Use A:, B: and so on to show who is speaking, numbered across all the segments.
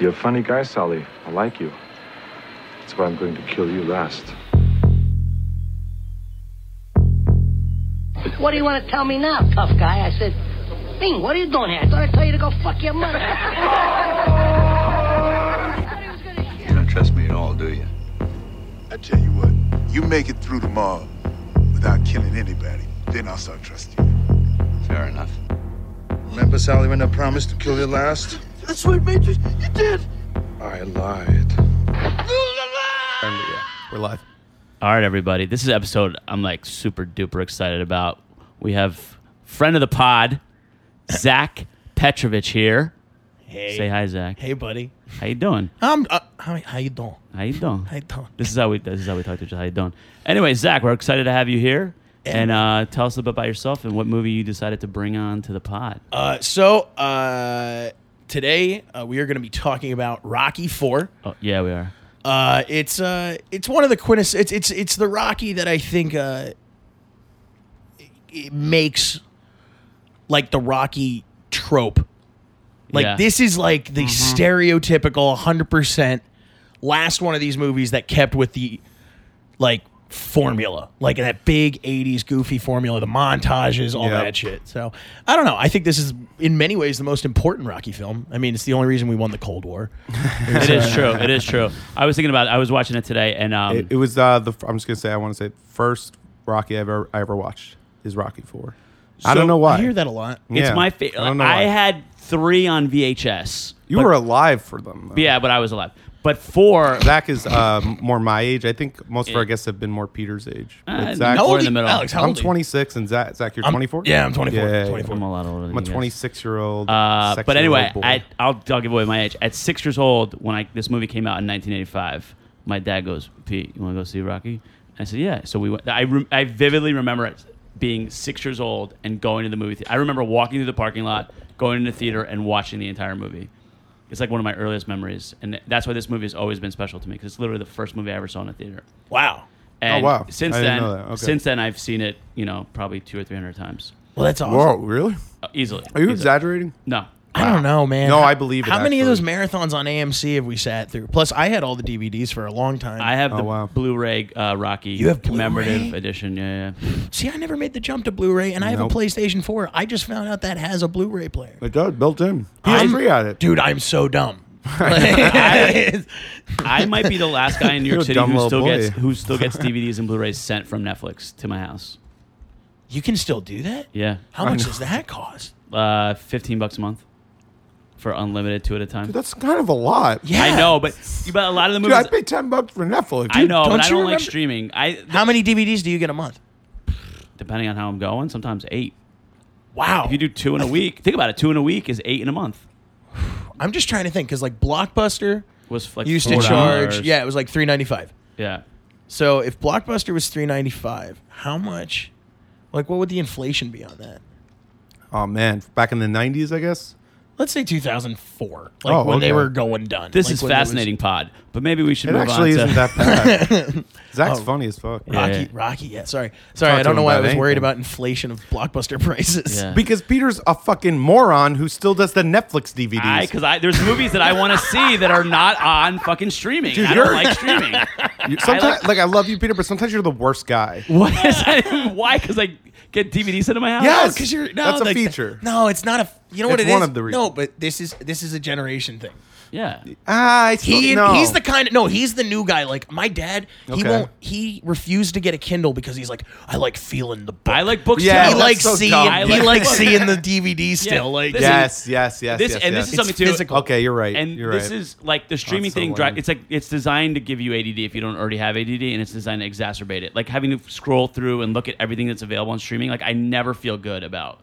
A: You're a funny guy, Sally. I like you. That's why I'm going to kill you last.
B: What do you want to tell me now, tough guy? I said, Bing, what are you doing here? I thought I'd tell you to go fuck your mother.
C: You don't trust me at all, do you?
D: I tell you what, you make it through tomorrow without killing anybody, then I'll start trusting you.
C: Fair enough.
E: Remember, Sally, when I promised to kill you last?
F: That's right, Major. You did.
E: I lied.
G: And, yeah, we're live.
H: All right, everybody. This is episode I'm like super duper excited about. We have friend of the pod, Zach Petrovich here.
G: Hey.
H: Say hi, Zach.
G: Hey, buddy.
H: How you doing?
G: I'm. Uh, how, how you doing?
H: How you doing?
G: How you doing?
H: This is how we. This is how we talk to each other. How you doing? Anyway, Zach, we're excited to have you here. And uh, tell us a little bit about yourself and what movie you decided to bring on to the pod.
G: Uh, so uh, today uh, we are going to be talking about Rocky Four.
H: Oh, yeah, we are.
G: Uh, it's uh, it's one of the quintess. It's it's it's the Rocky that I think uh, it- it makes like the Rocky trope. Like
H: Yeah. Mm-hmm.
G: this is like the stereotypical 100 percent last one of these movies that kept with the like formula, like that big 80s goofy formula, the montages, all
H: Yep.
G: that shit. So I don't know. I think this is in many ways the most important Rocky film. I mean, it's the only reason we won the Cold War.
H: It is true. It is true. I was thinking about. It. I was watching it today, and um,
I: It, it was uh, the. I'm just gonna say I want to say first Rocky I ever I ever watched is Rocky Four. I
G: So
I: don't know why.
G: I hear that a lot.
H: it's
I: Yeah.
H: my favorite.
I: I
H: I,
I: don't know why.
H: had three on VHS.
I: You were alive for them. though.
H: Yeah, but I was alive. But four.
I: Zach is uh, more my age. I think most of our guests have been more Peter's age. But
H: Uh,
I: Zach,
H: no,
G: How
H: Four
G: old are
H: in the
G: you-
H: middle.
G: Alex, how
I: I'm
G: old are you?
I: 26 and Zach, Zach, you're
G: I'm-
I: 24.
G: yeah, I'm 24,
I: Yeah, yeah, yeah.
G: 24.
H: I'm a lot older. Than
I: I'm a
H: you guys.
I: 26 year old.
H: Uh, but anyway,
I: I
H: at, I'll, I'll give away my age. At six years old, when I this movie came out in 1985, my dad goes, "Pete, you want to go see Rocky?" I said, "Yeah." So we went. I re- I vividly remember it being six years old and going to the movie. theater. I remember walking through the parking lot, going into the theater, and watching the entire movie. It's like one of my earliest memories, and that's why this movie has always been special to me because it's literally the first movie I ever saw in a theater.
G: Wow.
H: And
I: Oh, wow.
H: Since
I: I didn't
H: then,
I: know that. Okay.
H: since then I've seen it, you know, probably two or three hundred times,
G: Well, that's awesome.
I: Whoa, really?
H: Uh, easily.
I: Are you
H: Easily.
I: exaggerating?
H: No.
G: I don't know, man.
I: No,
G: How-
I: I believe it,
G: How many of those
I: actually.
G: marathons on AMC have we sat through? Plus, I had all the DVDs for a long time.
H: I have
I: Oh,
H: the
I: wow.
H: Blu-ray uh, Rocky
G: You have
H: commemorative
G: Blu-ray?
H: edition. Yeah, yeah.
G: See, I never made the jump to Blu-ray, and I have a
I: Nope.
G: PlayStation 4. I just found out that has a Blu-ray player.
I: It does, built in.
G: I'm-
I: I'm free at it.
G: Dude, I'm so dumb.
H: I might be the last guy in New
I: You're
H: York
I: a
H: City
I: dumb
H: who
I: little
H: still
I: boy.
H: gets who still gets DVDs and Blu-rays sent from Netflix to my house.
G: you can still do that?
H: Yeah,
G: How much does that cost?
H: uh, fifteen bucks a month for unlimited two at a time.
I: Dude, that's kind of a lot.
G: Yeah.
H: I know, but but a lot of the
I: Dude,
H: movies.
I: I pay 10 bucks for Netflix.
H: I know,
G: don't
H: but I
G: you
H: don't like
G: remember-
H: streaming. I
G: How many DVDs do you get a month?
H: depending on how I'm going, sometimes eight.
G: Wow.
H: If you do two in a week, think about it. Two in a week is eight in a month.
G: I'm just trying to think because like Blockbuster
H: Was like
G: used to
H: $4.
G: charge. Yeah, it was like 3.95.
H: yeah.
G: So if Blockbuster was 3.95, how much? Like, what would the inflation be on that?
I: Oh, man. Back in the 90s, I guess.
G: Let's say 2004, like
I: Oh,
G: when they
I: okay.
G: were going done.
H: This
G: Like,
H: is
G: when it was-
H: fascinating, pod. But maybe we should
I: It
H: move
I: actually
H: on to
I: isn't that bad. Zach's funny as fuck.
H: Yeah.
G: Rocky, Rocky, yeah. Sorry, sorry.
I: Talk
G: I
I: to
G: don't know
I: him
G: why I
I: about
G: was worried
I: anything.
G: about inflation of blockbuster prices.
H: Yeah.
I: Because Peter's a fucking moron who still does the Netflix DVDs.
H: I because I there's movies that I want to see that are not on fucking streaming.
I: Dude,
H: I don't
I: you're-
H: like streaming.
I: You- sometimes, like, I love you, Peter, but sometimes you're the worst guy.
H: What is that? Why? Because I get DVDs into my house.
I: Yes.
G: because you're no,
I: That's a
G: like,
I: feature.
G: No, it's not a. You know what
I: It's
G: it is?
I: one of the reasons.
G: No, but this is this is a generation thing.
H: Yeah.
I: Ah, I still,
G: He
I: no.
G: he's the kind of no. He's the new guy. Like my dad, he
I: Okay.
G: won't. He refused to get a Kindle because he's like, I like feeling the book.
H: I like books.
I: Yeah,
H: too.
G: he
I: that's
G: likes
I: so
G: seeing.
I: dumb.
H: I
G: he
H: like
G: likes
H: books.
G: seeing the DVD still. Like
H: This
I: Yes, yes, yes,
H: This
I: yes,
H: and
I: yes.
H: this is something too.
G: physical.
I: Okay, you're right.
H: And
I: you're
H: this
I: right.
H: is like the streaming
I: so
H: thing. dri-
I: lame.
H: It's like it's designed to give you ADD if you don't already have ADD, and it's designed to exacerbate it. Like having to scroll through and look at everything that's available on streaming. Like I never feel good about.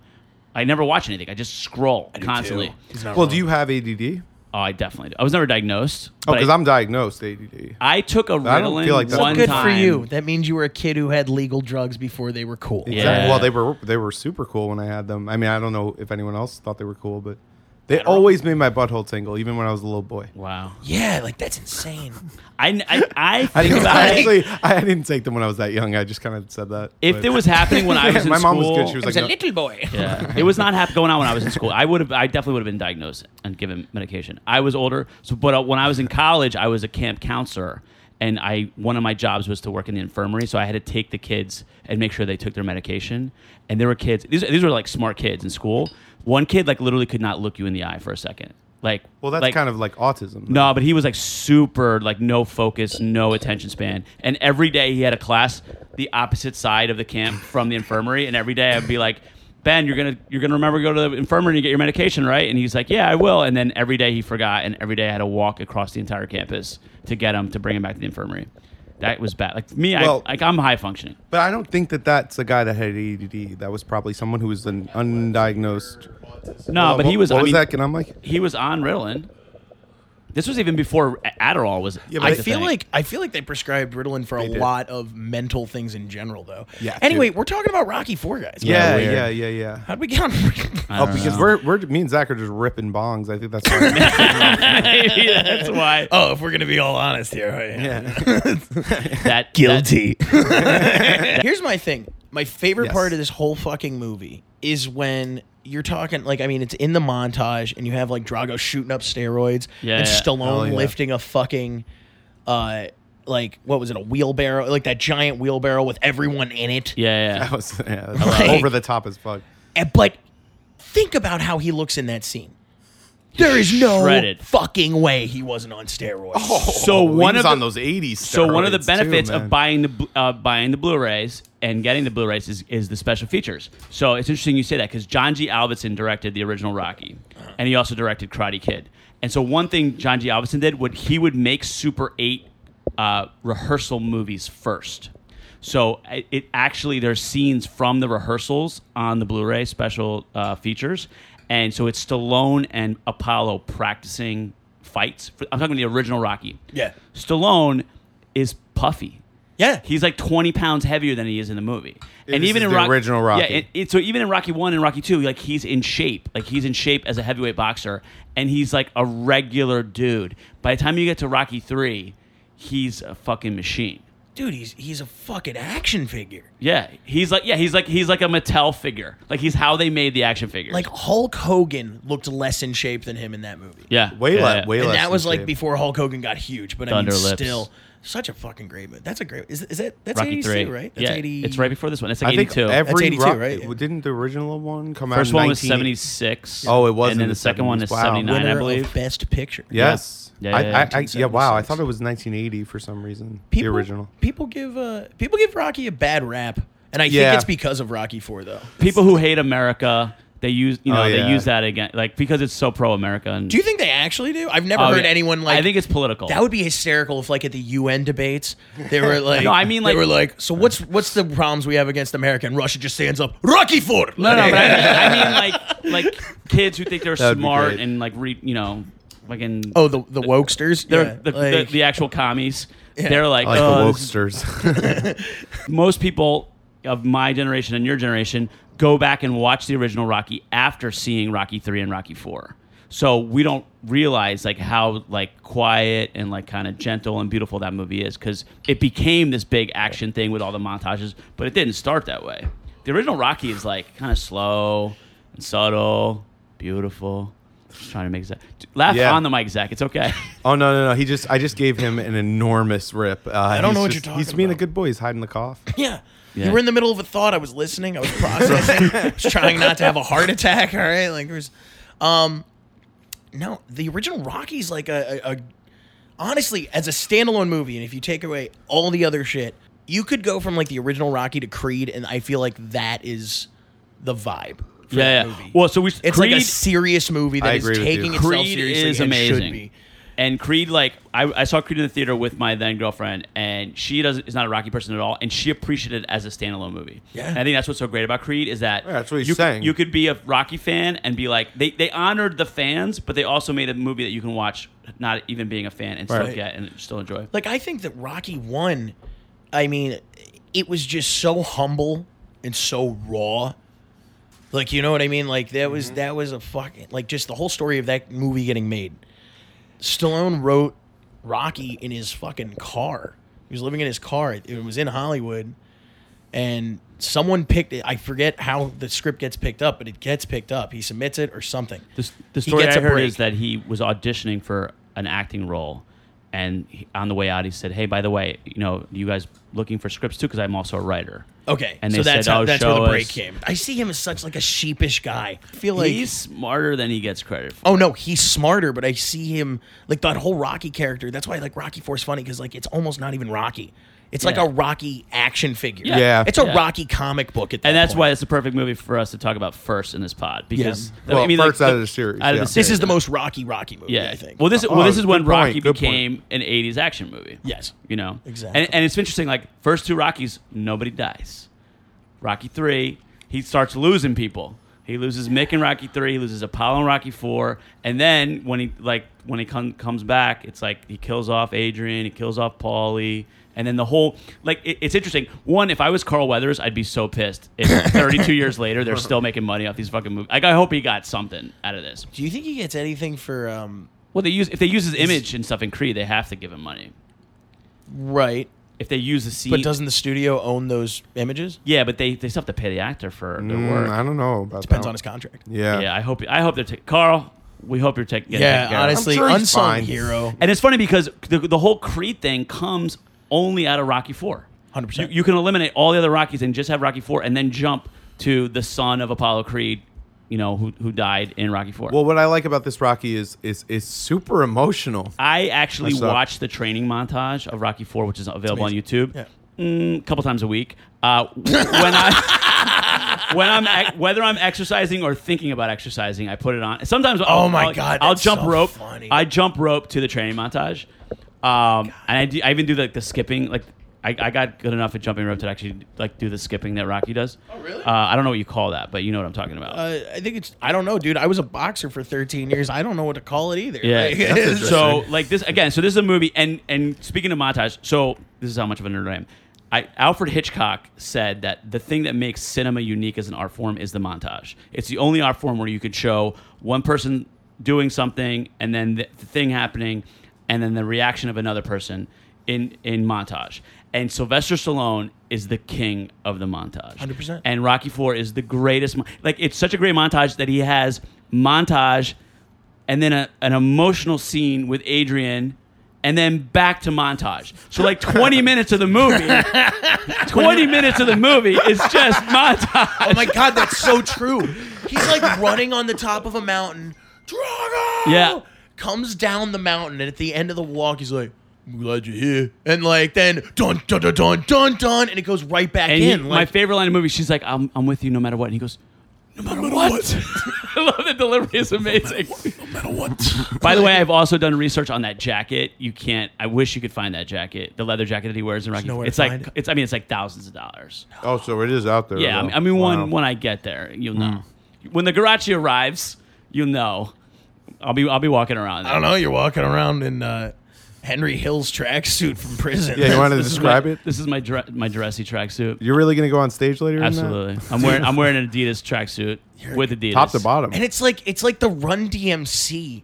H: I never watch anything. I just scroll constantly.
I: well, do you have ADD?
H: Oh, I definitely. Do. I was never diagnosed.
I: Oh,
H: but I-
I: because I'm diagnosed ADD.
H: I took a
I: I don't
H: Ritalin
I: feel like that's-
H: one
G: Good
H: time.
G: for you. That means you were a kid who had legal drugs before they were cool.
H: Yeah.
I: Well, they were they were super cool when I had them. I mean, I don't know if anyone else thought they were cool, but They always made my butthole tingle, even when I was a little boy.
H: Wow.
G: Yeah, like that's insane.
H: I, I, I
I: I
H: think
I: didn't,
H: about
I: I
H: it.
I: actually, I didn't take them when I was that young. I just kind of said that.
H: If
I: but-
H: it was happening when I was in
I: my mom was
H: school-
I: good. She was like, no,
G: boy.
H: Yeah. it was not hap- going on when I was in school. I would have, I definitely would have been diagnosed and given medication. I was older, so but uh, when I was in college, I was a camp counselor, and I one of my jobs was to work in the infirmary, so I had to take the kids and make sure they took their medication. And there were kids; these, these were like smart kids in school. One kid like literally could not look you in the eye for a second. Like,
I: well, that's
H: like,
I: kind of like autism.
H: No, but he was like super, like no focus, no attention span. And every day he had a class the opposite side of the camp from the infirmary. And every day I'd be like, Ben, you're gonna you're gonna remember to go to the infirmary and get your medication, right? And he's like, Yeah, I will. And then every day he forgot, and every day I had to walk across the entire campus to get him to bring him back to the infirmary. That was bad. Like me,
I: Well-
H: I like I'm high functioning.
I: But I don't think that that's a guy that had ADD. That was probably someone who was an undiagnosed.
H: No,
I: Uh,
H: but he
I: what-
H: was.
I: What
H: I
I: was
H: mean,
I: that? Can I like?
H: He was on Ritalin. This was even before Adderall was.
I: Yeah, but
G: I
H: the
G: feel
H: thing.
G: like I feel like they prescribed Ritalin for a
I: did.
G: lot of mental things in general, though.
I: Yeah,
G: Anyway,
I: dude.
G: we're talking about Rocky Four guys.
I: Yeah,
H: weird.
I: yeah, yeah, yeah.
G: How'd we get on?
H: I
I: Oh,
H: don't
I: because
H: know.
I: we're we're me and Zach are just ripping bongs. I think that's. Why.
H: Maybe that's why.
G: oh, if we're gonna be all honest here, right?
H: that
G: Here's my thing. My favorite
I: Yes.
G: part of this whole fucking movie is when you're talking like I mean it's in the montage and you have like Drago shooting up steroids
H: Yeah,
G: and
H: yeah.
I: Hell,
G: Stallone
I: Oh, yeah.
G: lifting a fucking uh like what was it a wheelbarrow like that giant wheelbarrow with everyone in it.
H: yeah, yeah.
I: That was yeah, that's
G: Like-
I: over the top as fuck.
G: And, but think about how he looks in that scene. There is no
H: Shredded.
G: fucking way he wasn't on steroids.
H: So
I: Oh, he
H: one
I: was
H: of the,
I: on those '80s.
H: so one of the
I: steroids, too,
H: benefits
I: man.
H: of buying the bl- uh, buying the Blu-rays and getting the Blu-rays is, is the special features. So it's interesting you say that because John G. Alvinson directed the original Rocky, and he also directed Karate Kid. And so one thing John G. Alvinson did would he would make Super Eight uh, rehearsal movies first. So it, it actually there's scenes from the rehearsals on the Blu-ray special uh, features, and so it's Stallone and Apollo practicing fights. For, I'm talking the original Rocky.
G: Yeah.
H: Stallone is puffy.
G: yeah.
H: He's like 20 pounds heavier than he is in the movie. and
I: this
H: even
I: is
H: in
I: the
H: Rock-
I: original Rocky.
H: Yeah, it, it- so even in Rocky 1 and Rocky 2, like he's in shape. Like he's in shape as a heavyweight boxer and he's like a regular dude. By the time you get to Rocky 3, he's a fucking machine.
G: Dude, he's he's a fucking action figure.
H: Yeah, he's like yeah, he's like he's like a Mattel figure. Like he's how they made the action figures.
G: Like Hulk Hogan looked less in shape than him in that movie.
H: yeah.
I: way
H: yeah,
I: less,
H: yeah.
I: way
G: and
I: less.
G: that
I: in
G: was like
I: shape.
G: before Hulk Hogan got huge. But
H: Thunder
G: I mean,
H: Lips.
G: still, such a fucking great movie. That's a great. Is, is that that's
H: Rocky
G: 82,
H: 3,
G: right? That's
H: yeah.
G: 80
H: It's right before this one. It's like
I: I think
H: 82.
I: every
G: 82,
I: rock,
G: right? Yeah.
I: Didn't the original one come out?
H: First
I: in
H: one was
I: 19
H: 76.
I: Oh, it was
H: And then
I: in
H: the
I: the
H: second one is
I: 70s. Wow.
H: 79,
G: winner
H: I believe.
G: of Best Picture.
I: Yes.
H: Yeah.
I: I,
H: Yeah, yeah,
I: I, I, yeah. Wow. I
G: 1976.
I: thought it was 1980 for some reason.
G: people,
I: the original.
G: People give uh, people give Rocky a bad rap, and I
I: Yeah.
G: think it's because of Rocky Four though.
H: people who hate America, they use you know
I: Oh, yeah.
H: they use that again, like because it's so pro America. And
G: Do you think they actually do? I've never
H: Oh,
G: heard
H: yeah.
G: anyone like.
H: I think it's political.
G: that would be hysterical if, like, at the UN debates, they were like,
H: No, I mean,
G: they
H: like-
G: were like, so what's what's the problems we have against America? And Russia just stands up, Rocky Four.
H: no, no, but I mean, I mean like like kids who think they're
I: That'd be
H: smart
I: great.
H: and like re, you know fucking
G: oh, the the wokesters.
H: they're
G: Yeah,
H: the,
G: like-
H: the, the actual commies. They're like,
I: I like
H: "Oh,
I: the
H: this is
I: wokesters.
H: most people of my generation and your generation go back and watch the original Rocky after seeing Rocky 3 and Rocky 4. So we don't realize like how like quiet and like kind of gentle and beautiful that movie is cuz it became this big action thing with all the montages, but it didn't start that way. The original Rocky is like kind of slow and subtle, beautiful. Just trying to make Zach laugh
I: Yeah.
H: on the mic, Zach. It's okay.
I: oh no, no, no. He just, I just gave him an enormous rip. Uh, I
G: don't know what you're
I: He's
G: talking
I: being a
G: about.
I: good boy. He's hiding the cough.
G: Yeah.
H: Yeah.
G: You were in the middle of a thought. I was listening. I was processing. I was trying not to have a heart attack. All right. Like there's, um, no, the original Rocky's like a, a, a, honestly, as a standalone movie, and if you take away all the other shit, you could go from like the original Rocky to Creed, and I feel like that is the vibe. For
H: yeah,
G: that
H: yeah.
G: Movie.
H: Well, so we
G: it's like a
H: Creed-
G: serious movie
I: I
G: that is
I: agree with you.
G: taking itself
H: Creed
G: seriously
H: is
G: and
H: amazing.
G: should be.
H: And Creed, like I, I saw Creed in the theater with my then girlfriend, and she doesn't is not a Rocky person at all, and she appreciated it as a standalone movie.
G: Yeah.
H: and I think that's what's so great about Creed is that
I: Yeah, that's what he's
H: you,
I: saying.
H: You could be a Rocky fan and be like they, they honored the fans, but they also made a movie that you can watch not even being a fan and still
I: Right.
H: get and still enjoy.
G: Like I think that Rocky One, I mean, it was just so humble and so raw Like you know what I mean? Like that was that was a fucking like just the whole story of that movie getting made. Stallone wrote Rocky in his fucking car. He was living in his car. It, it was in Hollywood, and someone picked it. I forget how the script gets picked up, but it gets picked up. He submits it or something.
H: The, s- the
G: He
H: story I
G: gets a
H: heard
G: break.
H: is that he was auditioning for an acting role, and he- on the way out, he said, "Hey, by the way, you know, you guys looking for scripts too? Because I'm also a writer."
G: Okay,
H: And
G: so
H: they
G: that's
H: said,
G: how
H: "Oh,
G: that's where
H: show
G: the break
H: us."
G: came. I see him as such like a sheepish guy. I feel like
H: He's smarter than he gets credit for.
G: Oh no, he's smarter, but I see him like that whole Rocky character. That's why like Rocky Four is funny because like it's almost not even Rocky. It's like
H: Yeah.
G: a Rocky action figure.
H: Yeah.
I: Yeah.
G: it's a
H: Yeah.
G: Rocky comic book. At that
H: And that's
G: point.
H: why it's the perfect movie for us to talk about first in this pod because
I: Yeah. Well, first out of the series,
H: out of
I: yeah.
H: the
G: this is
H: series.
G: the most Rocky Rocky movie.
H: Yeah,
G: I think.
H: Well, this well,
I: Oh,
H: this is when
I: good point,
H: Rocky
I: good point.
H: became an '80s action movie.
G: Yes.
H: you know
G: Exactly.
H: And, and it's interesting. Like first two Rockies, nobody dies. Rocky three, he starts losing people. He loses Mick in Rocky three. He loses Apollo in Rocky four. And then when he like when he come, comes back, it's like he kills off Adrian. He kills off Paulie. And then the whole like it- it's interesting. One, if I was Carl Weathers, I'd be so pissed if 32 years later they're still making money off these fucking movies. Like I hope he got something out of this.
G: do you think he gets anything for um
H: Well, they use if they use his image and stuff in Creed, they have to give him money.
G: right?
H: If they use the scene,
G: But doesn't the studio own those images?
H: yeah, but they, they still have to pay the actor for their
I: Mm,
H: work.
I: I don't know about
G: Depends
I: that.
G: on his contract.
I: Yeah.
H: yeah, I hope I hope they're ta- Carl. We hope you're taking
G: Yeah,
H: honestly.
G: honestly,
I: sure he's
G: unsung
I: fine.
G: hero.
H: And it's funny because the, the whole Creed thing comes only out of Rocky Four.
G: 100%.
H: You, you can eliminate all the other Rockies and just have Rocky Four, and then jump to the son of Apollo Creed, you know, who who died in Rocky Four.
I: Well, what I like about this Rocky is is is super emotional.
H: I actually
I: Nice stuff.
H: watched the training montage of Rocky Four, which is available on YouTube,
G: Yeah.
H: mm, a couple times a week. Uh, w- when I when I'm ac- whether I'm exercising or thinking about exercising, I put it on. Sometimes, I'll-
G: Oh my
H: I'll-
G: God,
H: I'll
G: that's
H: jump
G: so
H: rope.
G: funny.
H: I jump rope to the training montage, um, and I, do, I even do like the skipping. Like I, I got good enough at jumping rope to actually like do the skipping that Rocky does. Oh really? Uh, I don't know what you call that, but you know what I'm talking about.
G: Uh, I think it's. I don't know, dude. I was a boxer for 13 years. I don't know what to call it either. Like,
H: Yeah.
G: it's-
H: so like this again. So this is a movie, and and speaking of montage, so this is how much of a nerd I am. I, Alfred Hitchcock said that the thing that makes cinema unique as an art form is the montage. It's the only art form where you could show one person doing something, and then the, the thing happening, and then the reaction of another person in in montage. And Sylvester Stallone is the king of the montage.
G: 100%.
H: And Rocky Four is the greatest. mon- Like it's such a great montage that he has montage and then a, an emotional scene with Adrian, and then back to montage. So like 20 minutes of the movie, 20 minutes of the movie is just montage.
G: Oh my god, that's so true. He's like running on the top of a mountain. Drago!
H: Yeah.
G: Comes down the mountain, and at the end of the walk, he's like, "I'm glad you're here." And like then, dun dun dun dun dun dun, and it goes right back
H: And he-
G: in.
H: my
G: like,
H: favorite line of the movie, she's like, I'm, I'm with you no matter what. And he goes, No matter, what. I love the delivery is amazing. By the way, I've also done research on that jacket. You can't. I wish you could find that jacket, the leather jacket that he wears in Rocky.
G: nowhere to
H: it's like
G: find it.
H: it's. I mean, it's like thousands of dollars.
I: Oh, so it is out there.
H: Yeah, I
I: though.
H: mean, I mean
I: Wow.
H: when when I get there,
G: Hmm.
H: you'll know. When the Garachi arrives, you'll know. I'll be I'll be walking around.
G: I don't know. You're walking around in uh, Henry Hill's tracksuit from prison.
I: Yeah, you want to
H: This is
I: describe
H: my-
I: it?
H: This is my dre- my dressy tracksuit.
I: You're really gonna go on stage later? in that?
H: Absolutely, I'm wearing I'm wearing an Adidas tracksuit with Adidas
I: Top to bottom.
G: and it's like it's like the Run DMC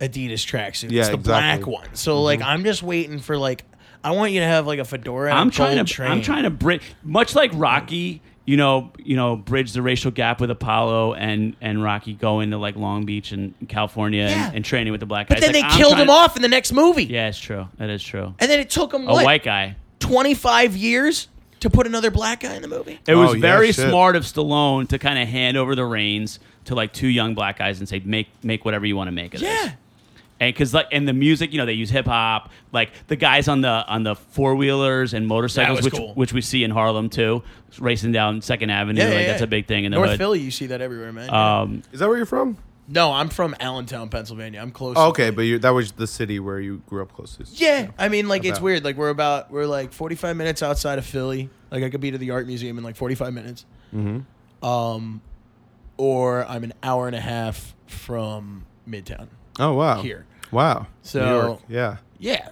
G: Adidas tracksuit.
I: Yeah,
G: it's the
I: exactly. Mm-hmm.
G: black one. So like, I'm just waiting for like, I want you to have like a fedora. And
H: I'm
G: a gold
H: trying to
G: Train.
H: I'm trying to bridge much like Rocky. You know, you know, bridge the racial gap with Apollo and and Rocky going to like Long Beach and California
G: Yeah.
H: and, and training with the black guys.
G: But then
H: Like,
G: they
H: I'm
G: killed
H: trying-
G: him off in the next movie.
H: Yeah, it's true. That is true.
G: And then it took him
H: A
G: what,
H: white guy.
G: 25 years to put another black guy in the movie?
H: It
I: Oh,
H: was
I: yeah,
H: very
I: shit.
H: smart of Stallone to kind of hand over the reins to like two young black guys and say, "Make make whatever you want to make of this."
G: Yeah.
H: And because like and the music, you know, they use hip hop. Like the guys on the on the four wheelers and motorcycles,
G: was
H: which
G: cool.
H: which we see in Harlem too, racing down Second Avenue. like that's a big thing in the
G: North
H: hood.
G: Philly, you see that everywhere, man.
H: Um,
I: Is that where you're from?
G: no, I'm from Allentown, Pennsylvania. I'm close.
I: Oh, okay, but you, that was the city where you grew up closest.
G: Yeah, I mean, like it's
I: About.
G: weird. Like we're about we're like 45 minutes outside of Philly. Like I could be to the art museum in like 45 minutes. Mm-hmm. Um, or I'm an hour and a half from Midtown.
I: Oh wow.
G: Here.
I: Wow.
G: So-
I: New York, yeah.
G: Yeah,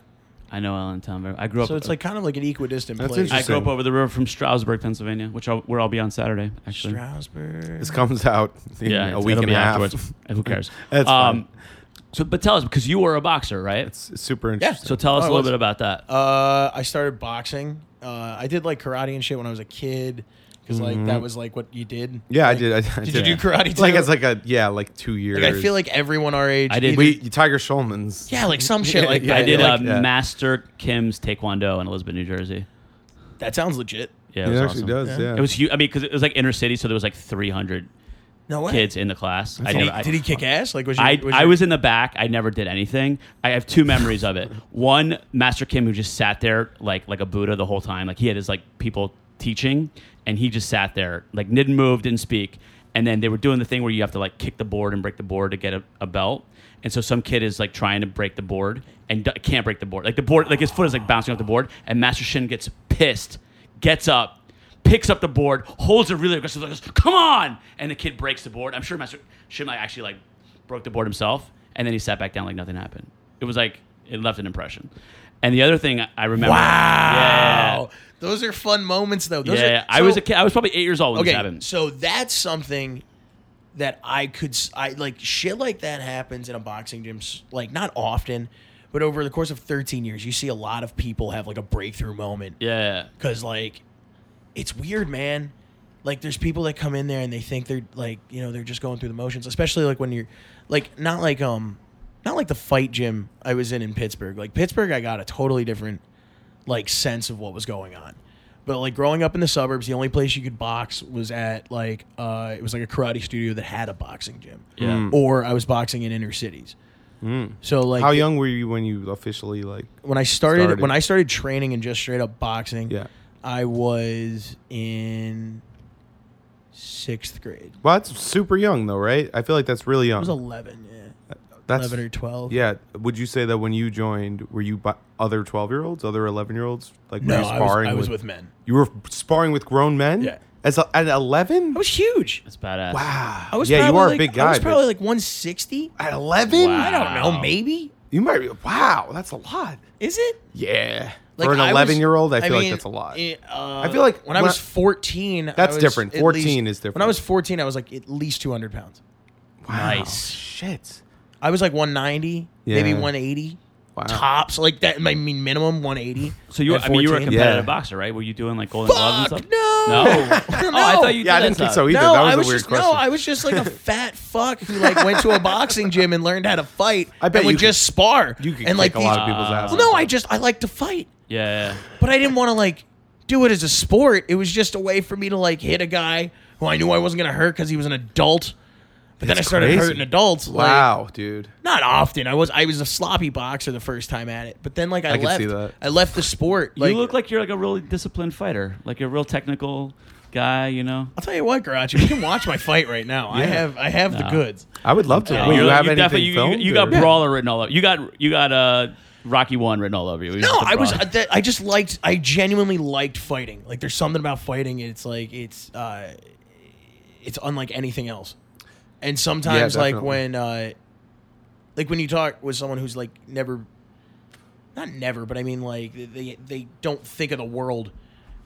H: I I know Allentown. Very, I grew up. uh,
G: So it's like kind of like an equidistant
I: That's
G: place.
H: I grew up
I: Interesting.
H: over the river from Stroudsburg, Pennsylvania, which I'll, where I'll be on Saturday. Actually,
G: Strasbourg.
I: This comes out in
H: yeah,
I: a
H: it's-
I: week
H: it'll
I: and
H: be
I: a half.
H: afterwards. Who cares? Um,
I: That's fine.
H: So, but tell us because you were a boxer, right?
I: It's super
G: Yeah.
I: interesting.
H: so tell us
G: Oh, I
H: a little
G: was.
H: bit about that.
G: Uh, I started boxing. Uh, I did like karate and shit when I was a kid because like that was like what you did.
I: Mm-hmm. yeah, I
G: Like,
I: did. I, I
G: Did you do karate? Too?
I: Like it's like a yeah, like two years.
G: Like, I feel like everyone our age.
H: I did-
G: either-
I: we Tiger Schulman's.
G: yeah, like some shit like
I: Yeah,
G: that.
H: I did
G: Like,
H: uh,
I: that.
H: Master Kim's Taekwondo in Elizabeth, New Jersey. uh,
G: that sounds legit.
H: Yeah,
I: it,
H: it, was
I: actually
H: awesome.
I: does.
G: Yeah.
I: Yeah,
H: It was huge. I mean, because it was like inner city, so there was like 300
G: No way.
H: kids in the class. I
G: Did he,
H: never- I-
G: did he kick ass? Like was, your,
H: I,
G: was
H: I
G: your-
H: was in the back. I never did anything. I have two memories of it. One, Master Kim, who just sat there like like a Buddha the whole time. Like he had his like people teaching, and he just sat there, like didn't move, didn't speak. And then they were doing the thing where you have to like kick the board and break the board to get a, a belt. And so some kid is like trying to break the board and d- can't break the board. Like the board, like his foot is like bouncing off the board. And Master Shin gets pissed, gets up, picks up the board, holds it really aggressive, like, goes, "Come on!" And the kid breaks the board. I'm sure Master Shin like, actually like broke the board himself, and then he sat back down like nothing happened. It was like it left an impression. And the other thing I remember, yeah,
G: Wow. Those are fun moments though. Those
H: yeah,
G: are,
H: I was
G: so-
H: a kid. I was probably eight years old when
G: Okay,
H: this happened.
G: so that's something that I could s- I like shit like that happens in a boxing gym s- like not often, but over the course of 13 years you see a lot of people have like a breakthrough moment
H: yeah,
G: cuz like it's weird, man. Like there's people that come in there and they think they're like, you know, they're just going through the motions, especially like when you're like not like um not like the fight gym I was in in Pittsburgh. Like Pittsburgh I got a totally different like sense of what was going on. But like growing up in the suburbs, the only place you could box was at like uh it was like a karate studio that had a boxing gym.
H: Yeah. Mm.
G: Or I was boxing in inner cities. So like
I: How young were you when you officially like?
G: when I started,
I: Started.
G: when I started training and just straight up boxing,
I: Yeah.
G: I was in sixth grade.
I: Well, that's super young though, right? I feel like that's really young.
G: I was eleven, yeah,
I: that's
G: eleven or twelve.
I: Yeah. Would you say that when you joined, were you by other twelve-year-olds, other eleven-year-olds? Like were
G: no,
I: you
G: I was,
I: sparring
G: I was with men.
I: You were sparring with grown men.
G: Yeah.
I: As a, at eleven.
G: I was huge.
H: that's badass.
I: Wow.
G: I was
I: Ah, yeah, you
G: probably
I: are a
G: like-
I: big guy.
G: I was
I: but
G: probably like one sixty.
I: at eleven.
H: Wow.
G: I don't know, maybe
I: You might. Be, wow, that's a lot.
G: is it?
I: Yeah.
G: Like
I: For an
G: I was-
I: eleven-year-old, I, feel
G: mean,
I: like that's a lot.
G: it, uh,
I: I feel like
G: when, I
I: when
G: was
I: I-
G: fourteen, I
I: That's
G: was
I: different.
G: at
I: 14
G: least-
I: is
G: When I
I: different.
G: was fourteen, I was like at least two hundred pounds.
I: wow.
H: Nice.
I: Shit.
G: I was like one ninety, maybe
I: Yeah.
G: one eighty.
I: Wow.
G: tops like that. I mean, minimum 180.
H: So you, were,
G: at
H: I mean, you were a
G: 14.
H: competitive
I: Yeah.
H: boxer, right? Were you doing like golden gloves and
G: Fuck
H: stuff?
G: no.
H: No. Oh, I thought you.
I: Yeah, I
H: did that
I: didn't
H: stuff.
I: think so either.
G: No,
I: that was
G: I
I: a
G: was
I: weird
G: just
I: question.
G: no. I was just like a fat fuck who like went to a boxing gym and learned how to fight.
I: I bet
G: and would
I: you could-
G: just spar.
I: you could
G: and like
I: kick a lot of people's ass.
G: Well, no, I just I like to fight,
H: Yeah, yeah.
G: but I didn't want to like do it as a sport. It was just a way for me to like hit a guy who I knew I wasn't gonna hurt because he was an adult. But then I
I: That's
G: started
I: crazy.
G: hurting adults. like,
I: Wow, dude.
G: not often. I was I was a sloppy boxer the first time at it, but then like I,
I: I can
G: left.
I: see that.
G: I left the sport. Like,
H: you look like you're like a really disciplined fighter, like a real technical guy. You know,
G: I'll tell you what, Garachi, you can watch my fight right now. I have I have the goods.
I: I would love to.
H: Uh,
I: Wait,
H: you're
G: Oh.
I: you
H: like-
I: have
H: you
I: anything
H: definitely- you,
I: filmed?
H: you, you got
I: or-
H: brawler written all over. You got you got uh, Rocky One written all over you.
G: No, I was uh, that- I just liked I genuinely liked fighting. Like there's something about fighting. It's like it's uh, it's unlike anything else. And sometimes like
I: definitely.
G: when uh, like when you talk with someone who's like never, not never, but I mean like they they don't think of the world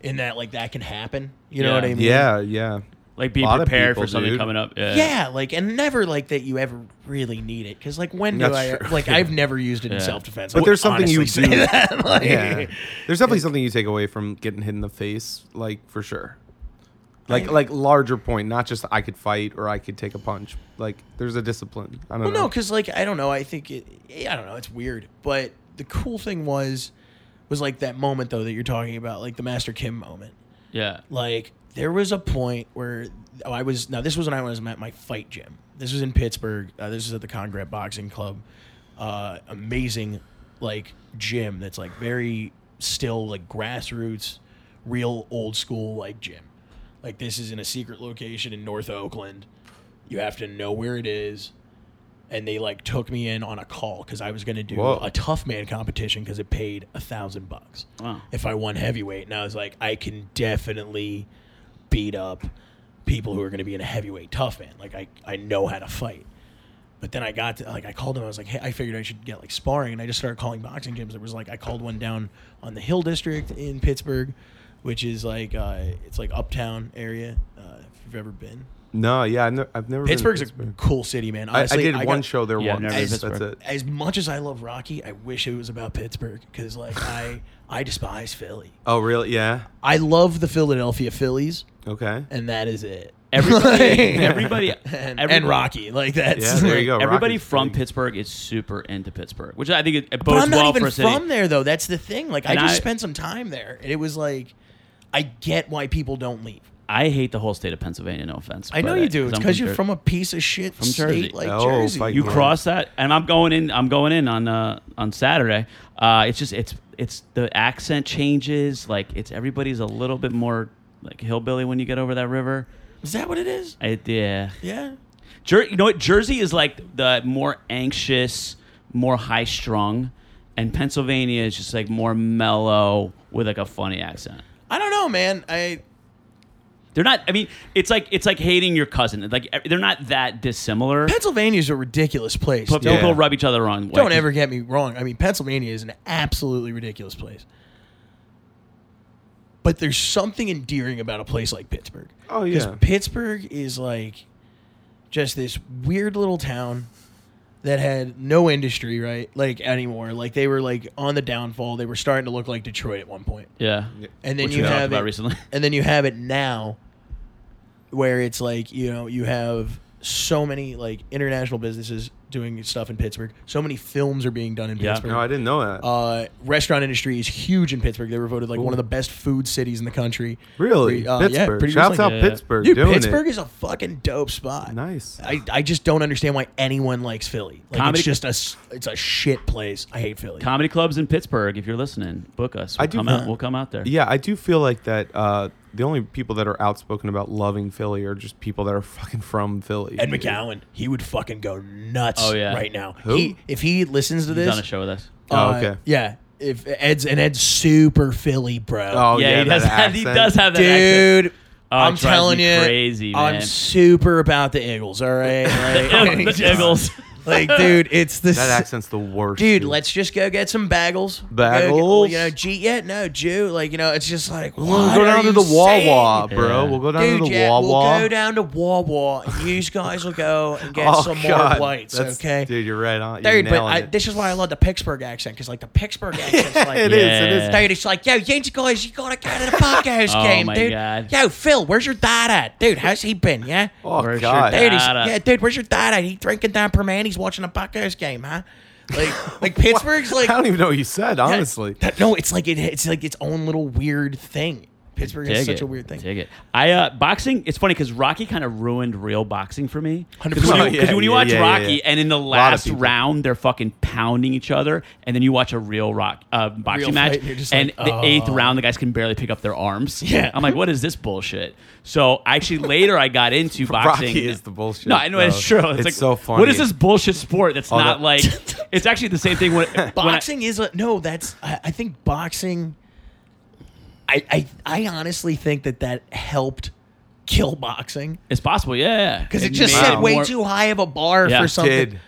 G: in that like that can happen. You know
H: Yeah.
G: what I mean?
I: Yeah, yeah.
H: like being
I: lot of
H: prepared
I: people,
H: for something
I: dude.
H: coming up.
I: Uh,
H: Yeah.
G: Yeah, like and never like that you ever really need it because like when do
I: That's
G: I
I: true.
G: like I've never used it in
H: Yeah.
G: self defense.
I: But there's something you do.
G: That. Like,
I: yeah. There's definitely something you take away from getting hit in the face, like for sure. Like like larger point, not just I could fight or I could take a punch. Like there's a discipline. I don't
G: Well,
I: know.
G: no, because like I don't know. I think it. I don't know. It's weird. But the cool thing was, was like that moment though that you're talking about, like the Master Kim moment.
H: yeah.
G: Like there was a point where I was. Now this was when I was at my fight gym. This was in Pittsburgh. Uh, this was at the Congrat Boxing Club. Uh, amazing, like gym that's like very still like grassroots, real old school like gym. Like this is in a secret location in North Oakland. You have to know where it is. And they like took me in on a call because I was going to do
I: Whoa.
G: a tough man competition because it paid a thousand bucks
H: Wow.
G: if I won heavyweight. And I was like, I can definitely beat up people who are going to be in a heavyweight tough man. Like I, I know how to fight. But then I got to, like I called him. I was like, hey, I figured I should get like sparring, and I just started calling boxing gyms. It was like I called one down on the Hill District in Pittsburgh, which is like uh, it's like uptown area. Uh, if you've ever been,
I: No, yeah, I've, ne- I've never. been to
G: Pittsburgh's
I: Pittsburgh.
G: a cool city, man.
I: I- I,
G: Honestly,
I: did one
G: got-
I: show there
H: Yeah, I've
I: once.
H: never been to
I: That's
H: Pittsburgh.
I: it.
G: As much as I love Rocky, I wish it was about Pittsburgh because like I I despise Philly.
I: Oh, really? Yeah.
G: I love the Philadelphia Phillies,
I: Okay.
G: and that is it.
H: Everybody, everybody,
G: and,
H: everybody-
G: and Rocky, like that's
I: Yeah, there you go.
H: Everybody
I: Rockies
H: from
I: big.
H: Pittsburgh is super into Pittsburgh, which I think it, it
G: But
H: bodes
G: I'm not
H: well for
G: even
H: a city.
G: from there though. That's the thing. Like
H: And
G: I just
H: I-
G: spent some time there, and it was like I get why people don't leave.
H: I hate the whole state of Pennsylvania. No offense.
G: I know
H: but, uh,
G: you do. It's
H: I'm
G: because you're
H: Jer-
G: from a piece of shit
H: From
G: state
H: Jersey.
G: like
I: Oh,
G: Jersey.
I: fuck
H: You
I: Yeah.
H: cross that, and I'm going in. I'm going in on uh, on Saturday. Uh, it's just it's it's the accent changes. Like it's everybody's a little bit more like hillbilly when you get over that river.
G: Is that what it is?
H: It, yeah,
G: Yeah.
H: Jer- you know what? Jersey is like the more anxious, more high strung, and Pennsylvania is just like more mellow with like a funny accent.
G: I don't know, man. I
H: They're not. I mean, it's like it's like hating your cousin. Like they're not that dissimilar.
G: Pennsylvania's a ridiculous place.
H: But
G: Don't,
H: people rub each other wrong.
G: don't ever get me wrong. I mean, Pennsylvania is an absolutely ridiculous place. But there's something endearing about a place like Pittsburgh.
I: Oh,
G: Because
I: yeah.
G: Pittsburgh is like just this weird little town that had no industry, right? Like anymore. Like they were like on the downfall. They were starting to look like Detroit at one point.
H: Yeah.
G: And then
H: Which
G: you
H: we talked
G: have
H: about
G: it,
H: recently.
G: and then you have it now, where it's like you know you have so many like international businesses doing stuff in Pittsburgh. So many films are being done in
H: Yeah.
G: Pittsburgh.
I: No, I didn't know that.
G: uh, restaurant industry is huge in Pittsburgh. They were voted like one of the best food cities in the country.
I: really?
G: Uh, yeah,
I: Pittsburgh.
G: pretty
I: Shouts
G: recently.
I: out
H: Yeah.
I: Pittsburgh.
G: Dude,
I: doing
G: Pittsburgh
I: It.
G: is a fucking dope spot.
I: Nice.
G: I, I just don't understand why anyone likes Philly. Like
H: Comedy-
G: it's just a s- it's a shit place. I hate Philly.
H: Comedy clubs in Pittsburgh. If you're listening, book us. We'll
I: I do
H: come
I: feel-
H: out. We'll come out there.
I: Yeah, I do feel like that. Uh, the only people that are outspoken about loving Philly are just people that are fucking from Philly.
G: Ed McGowan, he would fucking go nuts
H: Oh, yeah.
G: right now.
I: Who?
G: He, if he listens to
H: He's
G: this,
H: on a show with us.
I: Oh,
G: uh,
I: okay.
G: yeah. If Ed's and Ed's super Philly, bro.
I: Oh yeah,
H: he does.
I: that
H: Have, he
I: accent.
H: does have that accent.
G: dude.
H: Oh, it
G: I'm
H: drives
G: telling
H: me
G: you,
H: crazy,
G: I'm
H: man.
G: super about the Eagles. All right, like,
H: the jiggles.
G: like, dude, it's the
I: That accent's the worst.
G: Dude, let's just go get some bagels. Go get-
I: Bagels?
G: you know, G yet? No, Jew. Like, you know, it's just like
I: We'll go down to the Wawa, bro.
H: Yeah.
I: We'll go down
G: Dude,
I: to the
G: yeah,
I: Wawa.
G: we'll go down to Wawa. And you guys will go and get
I: oh,
G: some
I: God.
G: more whites,
I: That's-
G: okay?
I: Dude, you're right on. You're
G: Dude, but
I: nailing
G: I,
I: it.
G: this is why I love the Pittsburgh accent because, like, the Pittsburgh accent's like,
I: It is, It is.
H: Yeah.
G: dude, it's like, yo, you guys, you gotta go to the Broncos
H: Oh,
G: game,
H: my
G: dude.
H: God.
G: Yo, Phil, where's your dad at, dude? How's he been? Yeah.
I: Oh
H: Where's your
I: God.
H: dad?
G: Dude, he's,
H: Dada.
G: yeah, dude, where's your dad at? He drinking down per man. He's watching a Broncos game, huh? Like, like Pittsburgh's like
I: I don't even know what you said,
G: yeah,
I: honestly.
G: that- no, it's like it, it's like its own little weird thing. Pittsburgh is
H: Dig
G: such
H: it.
G: a weird thing.
H: Dig it. I uh, boxing. It's funny because Rocky kind of ruined real boxing for me. Because
G: 100%.
H: when, you-
G: Oh,
H: 'cause
I: yeah,
H: when you
I: yeah,
H: watch
I: yeah, yeah,
H: Rocky,
I: yeah.
H: and in the
I: lot of
H: last
I: people.
H: round they're fucking pounding each other, and then you watch a real rock uh, boxing
G: Real
H: match,
G: fight, and you're just
H: and
G: like,
H: the eighth
G: "Oh."
H: round the guys can barely pick up their arms.
G: Yeah.
H: I'm like, what is this bullshit? So actually later I got into boxing.
I: is the bullshit,
H: No, I know it's
I: though.
H: true. It's,
I: It's
H: like,
I: so funny.
H: What is this bullshit sport? That's
I: Oh,
H: not
I: that-
H: like. It's actually the same thing when when I-
G: Boxing is a no. That's I, I think boxing. I, I I honestly think that that helped kill boxing
H: It's possible, yeah.
G: because it, just
H: made
G: set
I: it
G: way
H: more-
G: too high of a bar
H: Yeah.
G: for something.
I: Did.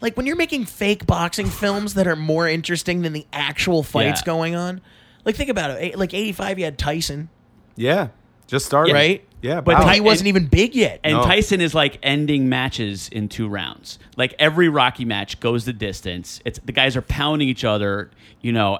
G: Like when you're making fake boxing films that are more interesting than the actual fights
H: Yeah.
G: going on. Like think about it. Eh, Like '85, you had Tyson,
I: Yeah. Just started.
G: right?
I: Yeah.
H: But
I: wow.
H: Ty-
G: he wasn't even big yet.
H: And
I: No.
H: Tyson is like ending matches in two rounds. Like every Rocky match goes the distance. It's the guys are pounding each other, you know,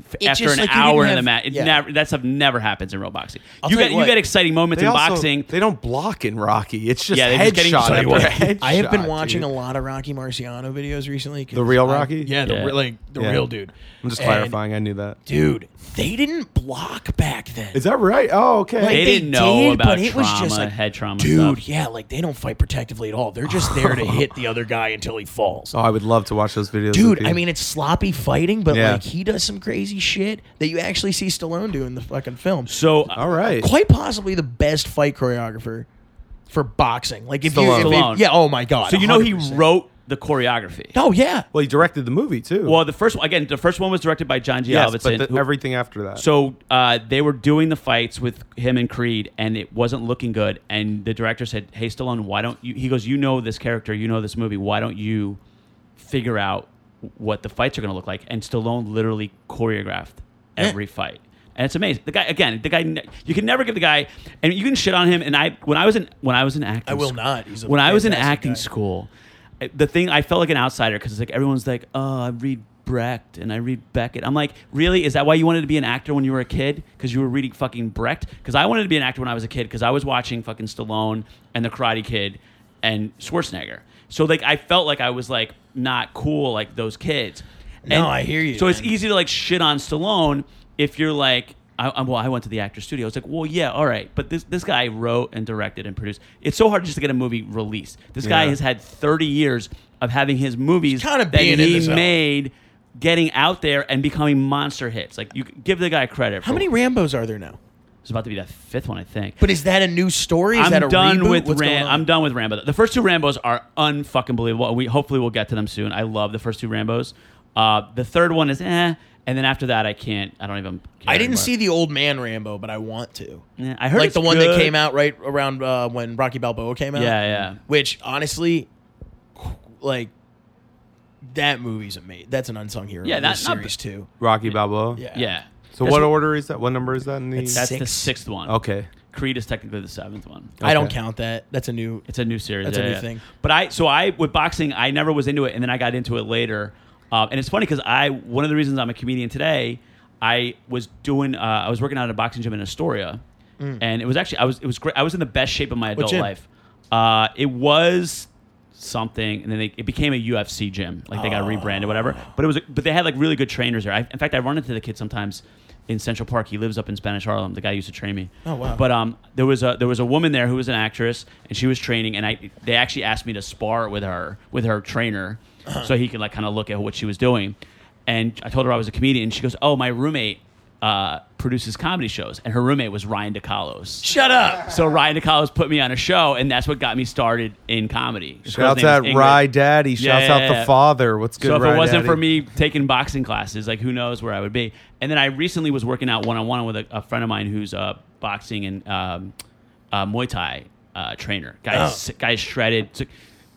H: f-
G: It
H: after
G: just,
H: an
G: like, you didn't
H: hour in the
G: have-
H: match. It
G: yeah.
H: never that stuff never happens in real boxing. you
G: tell
H: get
G: you
H: you,
G: what,
H: get exciting moments
I: they
H: in
I: also-
H: boxing.
I: They don't block in Rocky. It's just
H: Yeah, they're just getting
I: headshot.
H: shot.
I: after headshot
G: I have been watching
I: dude.
G: a lot of Rocky Marciano videos recently. 'cause
I: The real
G: I'm-
I: Rocky?
G: yeah, the
H: Yeah.
G: re- like the
I: Yeah.
G: real dude.
I: I'm just
G: And,
I: clarifying. I knew that.
G: dude. They didn't block back then.
I: Is that right? Oh, okay.
G: Like,
H: They didn't know about
G: but it was just
H: trauma,
G: like,
H: head trauma
G: dude.
H: stuff.
G: Yeah, like they don't fight protectively at all. They're just there to hit the other guy until he falls.
I: oh, I would love to watch those videos. with
G: Dude,
I: you.
G: I mean it's sloppy fighting, but
I: Yeah.
G: like he does some crazy shit that you actually see Stallone do in the fucking film.
H: so uh,
I: all right.
G: Quite possibly the best fight choreographer for boxing. Like if you, if-
I: Stallone.
G: if- yeah, oh my god.
H: so you know he
G: 100%.
H: wrote the choreography.
G: Oh yeah.
I: Well, he directed the movie too.
H: Well, the first one again, the first one was directed by John
I: yes,
H: Gielgudson.
I: but the-
H: who-
I: everything after that.
H: So uh, they were doing the fights with him and Creed, and it wasn't looking good. And the director said, "Hey, Stallone, why don't you?" He goes, "You know this character, you know this movie. Why don't you figure out what the fights are going to look like?" And Stallone literally choreographed every fight, and it's amazing. The guy again, the guy ne- you can never give the guy, and you can shit on him. And I when I was in when I was in acting,
G: I will
H: sc-
G: not. He's a
H: when I was in
G: fantastic
H: acting
G: guy.
H: school, I- the thing I felt like an outsider because it's like everyone's like, oh, I read Brecht and I read Beckett. I'm like, really? Is that why you wanted to be an actor when you were a kid? Because you were reading fucking Brecht? Because I wanted to be an actor when I was a kid because I was watching fucking Stallone and The Karate Kid and Schwarzenegger. So like, I felt like I was like not cool like those kids.
G: No, I hear you,
H: So it's
G: man.
H: easy to like shit on Stallone if you're like, I, I, well, I went to the actor studio. It's like, well, yeah, all right, but this this guy wrote and directed and produced. It's so hard just to get a movie released. This guy
I: Yeah.
H: has had 30 years of having his movies
G: Kinda
H: that
G: being in
H: he
G: the zone.
H: made, getting out there and becoming monster hits. Like you c- give the guy credit.
G: How
H: for-
G: many Rambo's are there now?
H: It's about to be the fifth one, I think.
G: But is that a new story? Is
H: I'm
G: that a
H: done
G: reboot?
H: with
G: What's going
H: Ram-
G: on?
H: I'm done with Rambo. The first two Rambo's are unfucking believable. We hopefully we'll get to them soon. I love the first two Rambo's. Uh, the third one is eh, and then after that I can't. I don't even. Care
G: I didn't
H: anymore.
G: see the old man Rambo, but I want to.
H: Yeah, I heard
G: like
H: it's
G: the one that
H: good.
G: came out right around uh, when Rocky Balboa came out.
H: Yeah, yeah.
G: Which honestly, like that movie's amazing. That's an unsung hero.
H: Yeah,
G: in
H: that-
G: this
H: not
G: series too.
I: Rocky Balboa.
G: Yeah.
H: Yeah.
I: So
H: That's
I: what order is that? What number is that in the?
H: That's the
G: Six.
H: sixth one.
I: okay.
H: Creed is technically the seventh one.
G: I don't
I: Okay.
G: count that. That's a new.
H: It's a new series.
G: That's a
H: yeah,
G: new
H: yeah.
G: thing.
H: But I so I with boxing I never was into it, and then I got into it later. Um, and it's funny because I one of the reasons I'm a comedian today, I was doing uh, I was working out at a boxing gym in Astoria, and it was actually I was it was great. I was in the best shape of my adult
G: Mm. gym?
H: life. Uh, it was something, and then they, it became a UFC gym. Like they got
G: Oh.
H: rebranded, whatever. But it was but they had like really good trainers there. I, in fact, I run into the kid sometimes. In Central Park, he lives up in Spanish Harlem. The guy who used to train me.
G: Oh, wow.
H: But but um, there was a there was a woman there who was an actress, and she was training, and I they actually asked me to spar with her with her trainer, so he could like kind of look at what she was doing, and I told her I was a comedian. and She goes, "Oh, my roommate uh, produces comedy shows, and her roommate was Ryan DeCalos."
G: Shut up.
H: So Ryan DeCalos put me on a show, and that's what got me started in comedy. This girl's
I: Shouts
H: name is
I: out
H: Ingrid.
I: Rye Daddy.
H: Yeah,
I: Shouts
H: yeah,
I: out
H: yeah.
I: the father. What's good?
H: So if
I: Rye
H: it wasn't for
I: Daddy?
H: me taking boxing classes, like who knows where I would be. And then I recently was working out one on one with a, a friend of mine who's uh, boxing and um, uh, Muay Thai uh, trainer. Guys, guys shredded. So-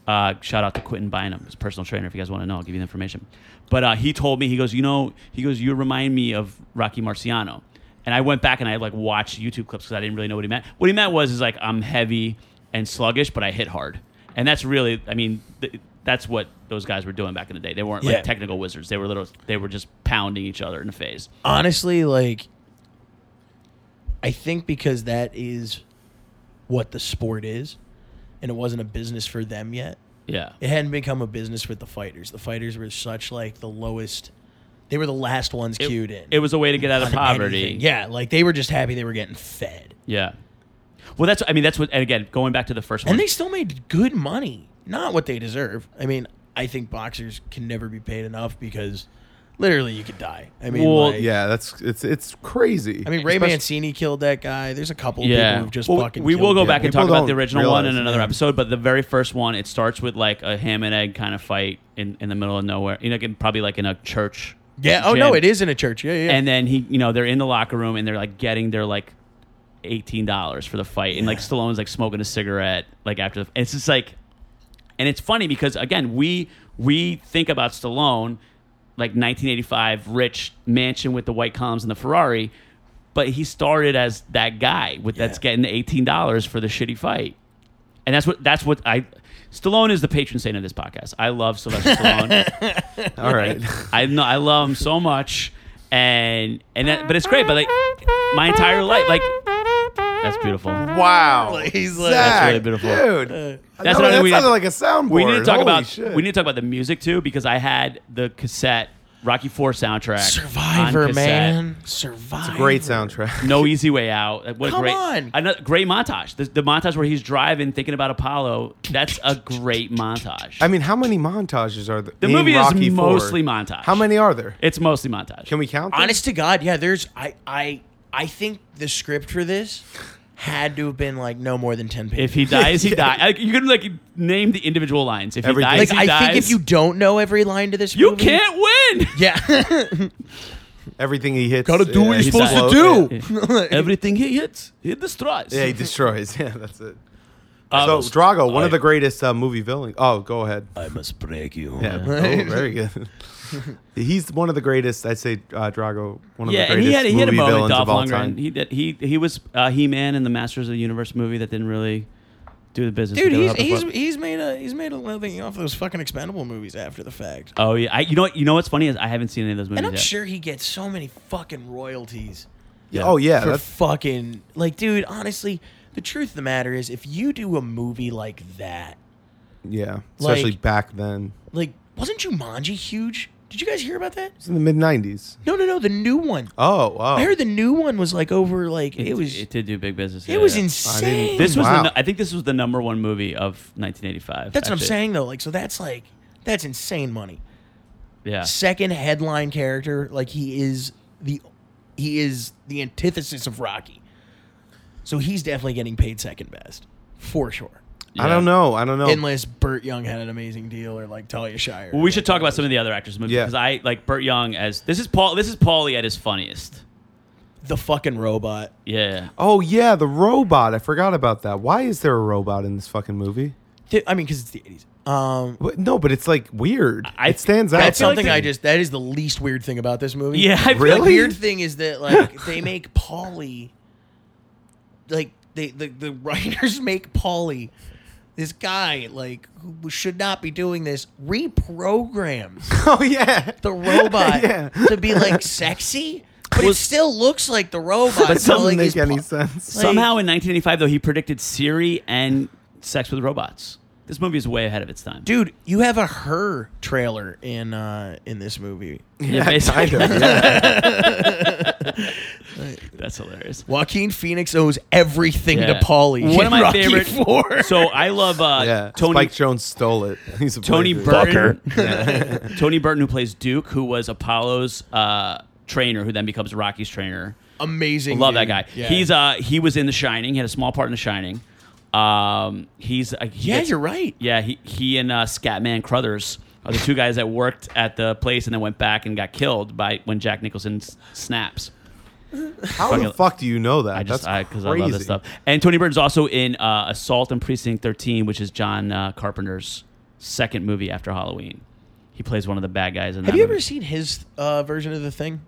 H: uh, shout out to Quentin Bynum, his personal trainer. If you guys want to know, I'll give you the information. But uh, he told me, he goes, you know, he goes, you remind me of Rocky Marciano. And I went back and I like watched YouTube clips because I didn't really know what he meant. What he meant was is like I'm heavy and sluggish, but I hit hard, and that's really, I mean, th- that's what those guys were doing back in the day. They weren't
G: Yeah.
H: like technical wizards. They were little. They were just pounding each other in the face.
G: Honestly, like, I think because that is what the sport is, and it wasn't a business for them yet.
H: Yeah.
G: it hadn't become a business with the fighters. The fighters were such like the lowest. They were the last ones queued in.
H: It was a way to get out of
G: on
H: poverty.
G: anything. Yeah, like they were just happy they were getting fed,
H: Yeah. Well, that's. I mean, that's what. And again, going back to the first one.
G: and they still made good money. Not what they deserve. I mean, I think boxers can never be paid enough because literally you could die. I mean,
H: Well,
G: like-
I: Yeah, that's it's it's crazy.
G: I mean, Ray Mancini killed that guy. There's a couple
H: yeah.
G: people who've just
H: Well,
G: fucking.
H: we will
G: killed
H: go
G: him.
H: back and
I: People
H: talk about
I: don't
H: the original
I: realize
H: one in
I: it,
H: another
I: yeah.
H: episode, but the very first one, it starts with like a ham and egg kind of fight in, in the middle of nowhere. You know, again, probably like in a church.
G: Yeah. Oh
H: gym.
G: no, it is in a church. Yeah, yeah.
H: and then he you know they're in the locker room and they're like getting their like eighteen dollars for the fight and like Stallone's like smoking a cigarette like after the and it's just like and it's funny because again we we think about Stallone like 1985 rich mansion with the white columns and the Ferrari but he started as that guy with that's
G: Yeah.
H: getting the eighteen dollars for the shitty fight and that's what that's what I Stallone is the patron saint of this podcast I love Sylvester Stallone.
I: all right.
H: I know I love him so much, and and that, but it's great. But like my entire life, like that's beautiful.
I: wow,
G: he's like-
I: Zach,
H: really beautiful. Uh,
I: dude.
H: That's
I: that's
H: what I-
I: that
H: we-
I: sounded like a soundboard.
H: We need to talk
I: Holy
H: about
I: shit.
H: we need to talk about the music too because I had the cassette Rocky Four soundtrack, on
G: Survivor,
H: cassette.
G: man. Survivor.
I: great soundtrack.
H: No easy way out. Like, What a
G: Come
H: great,
G: on.
H: Another, great montage. The, the montage where he's driving, thinking about Apollo. That's a great montage.
I: I mean, how many montages are there?
H: The
I: in
H: movie is
I: Rocky IV?
H: mostly montage.
I: How many are there?
H: it's mostly montage.
I: Can we count? them?
G: honest to god yeah there's i i i think the script for this had to have been like no more than ten pages.
H: If he dies, he dies. Like, you can like name the individual lines. If he
I: Everything.
H: dies,
G: like
H: he
G: I
H: dies.
G: think if you don't know every line to this,
H: you
G: movie-
H: can't win.
G: Yeah,
I: Everything he hits.
G: gotta do
I: yeah,
G: what you're
I: he
G: supposed to
I: blows-
G: do.
I: Yeah.
H: Everything he hits, he destroys.
I: Yeah, he destroys. Yeah, that's it. so
H: Um,
I: Drago, one
H: I-
I: of the greatest uh, movie villains. Oh, go ahead.
G: I must break you.
I: Yeah, oh, very good. He's one of the greatest. I'd say uh, Drago. One of
H: yeah,
I: the
H: and
I: greatest
H: he had, he had a
I: movie
H: moment,
I: villains
H: Dolph
I: of all
H: Lundgren.
I: time.
H: He did, he he was uh, He Man in the Masters of the Universe movie that didn't really do the business.
G: Dude,
H: that they
G: he's he's,
H: were up before.
G: he's made a he's made a living off those fucking expendable movies after the fact.
H: oh yeah. I, you know what? You know what's funny is I haven't seen any of those movies.
G: And I'm
H: yet.
G: sure he gets so many fucking royalties
H: Yeah.
I: Oh yeah,
G: for
I: that's
G: fucking like dude, honestly, the truth of the matter is if you do a movie like that,
I: yeah. Especially
G: Like-
I: back then.
G: like wasn't Jumanji huge? Did you guys hear about that?
I: It's in the mid '90s.
G: No, no, no, the new one.
I: Oh wow.
G: I heard the new one was like over like it,
H: It,
G: was
H: It
G: it,
H: did do big business. yeah,
G: was
H: yeah.
G: insane.
H: This was.
I: Wow.
H: The, nu- I think this was the number one movie of 1985.
G: that's what I'm
H: actually.
G: saying though. Like so that's like that's insane money.
H: Yeah.
G: second headline character. Like he is the he is the antithesis of Rocky. So he's definitely getting paid second best for sure.
I: I don't know. I don't know.
G: Unless Burt Young had an amazing deal or like Talia Shire.
H: Oh. Well, we should talk about some of the other actors' movies
I: Yeah.
H: because I like Burt Young as this is Paul. This is Paulie at his funniest.
G: the fucking robot.
H: Yeah.
I: oh yeah, the robot. I forgot about that. Why is there a robot in this fucking movie?
G: Th- I mean, because it's the eighties. Um,
I: But, no, but it's like weird.
H: I-
I: it stands out.
G: that's
H: feel like
G: something
H: they-
G: I just that is the least weird thing about this movie.
H: Yeah. I feel
I: Really?
G: The weird thing is that like they make Polly like they the, the writers make Polly this guy like who should not be doing this reprograms
I: oh yeah.
G: the robot
I: Yeah.
G: to be like sexy but it still looks like the robot
I: But it doesn't
G: telling
I: make
G: his
I: any
G: pa-
I: sense.
G: like-
H: Somehow in 1985, though, he predicted Siri and Sex with Robots. This movie is way ahead of its time.
G: dude you have a her trailer in uh in this movie
H: Yeah, basically.
I: Kind of, yeah.
H: That's hilarious.
G: Joaquin Phoenix owes everything
H: Yeah.
G: to Polly
H: One of my
G: Rocky
H: favorite.
G: IV.
H: So I love uh,
I: yeah.
H: Tony
I: Spike Jones stole it. He's a
H: Tony
I: blazer.
H: Burton. Tony Burton, who plays Duke, who was Apollo's uh, trainer, who then becomes Rocky's trainer.
G: amazing
H: Love that
G: dude.
H: guy.
G: Yeah.
H: He's uh he was in The Shining. He had a small part in The Shining. Um, he's uh, he
G: Yeah,
H: gets-
G: you're right.
H: Yeah, he he and uh, Scatman Crothers are the two guys that worked at the place and then went back and got killed by when Jack Nicholson s- snaps.
I: How the
H: Fucking-
I: fuck do you know that?
H: I just
I: That's
H: because
I: crazy.
H: I, love this stuff. And Tony Burton's also in uh, Assault and Precinct 13, which is John uh, Carpenter's second movie after Halloween. He plays one of the bad guys in
G: Have
H: that
G: you ever
H: movie.
G: seen his uh, version of the thing?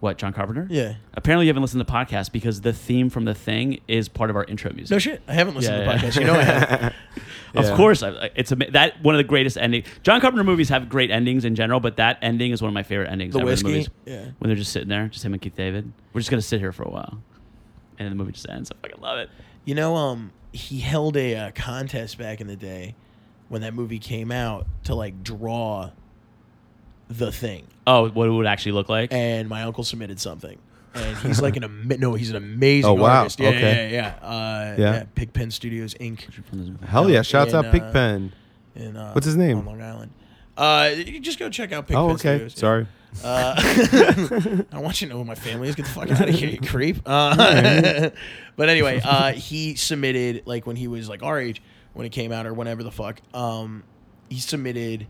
H: what John Carpenter?
G: Yeah.
H: Apparently, you haven't listened to the podcast because the theme from the thing is part of our intro music.
G: No shit, I haven't listened to
H: Yeah,
G: the
H: yeah.
G: podcast. You know, I have.
H: Of course, I- I- it's ama- that one of the greatest endings. John Carpenter movies have great endings in general, but that ending is one of my favorite endings.
G: The
H: ever in
G: whiskey?
H: movies.
G: Yeah.
H: when they're just sitting there, just him and Keith David. We're just gonna sit here for a while, and then the movie just ends. I fucking love it.
G: you know, um, he held a uh, contest back in the day when that movie came out to like draw the thing,
H: Oh, what it would actually look like?
G: and my uncle submitted something. And he's like an am- no, he's an amazing
I: Oh, wow.
G: artist. Yeah, yeah,
I: Okay.
G: yeah. yeah. Uh,
I: Yeah.
G: yeah. Pigpen Studios Inc.
I: Hell yeah! Shouts
G: And,
I: out Big
G: uh,
I: Pen.
G: In, uh,
I: What's his name?
G: On Long Island. Uh, you just go check out Pigpen
I: Oh okay.
G: Studios. yeah.
I: Sorry.
G: Uh, I don't want you to know who my family is. Get the fuck out of here, you creep. Uh, but anyway, uh, he submitted like when he was like our age when it came out or whenever the fuck. Um, he submitted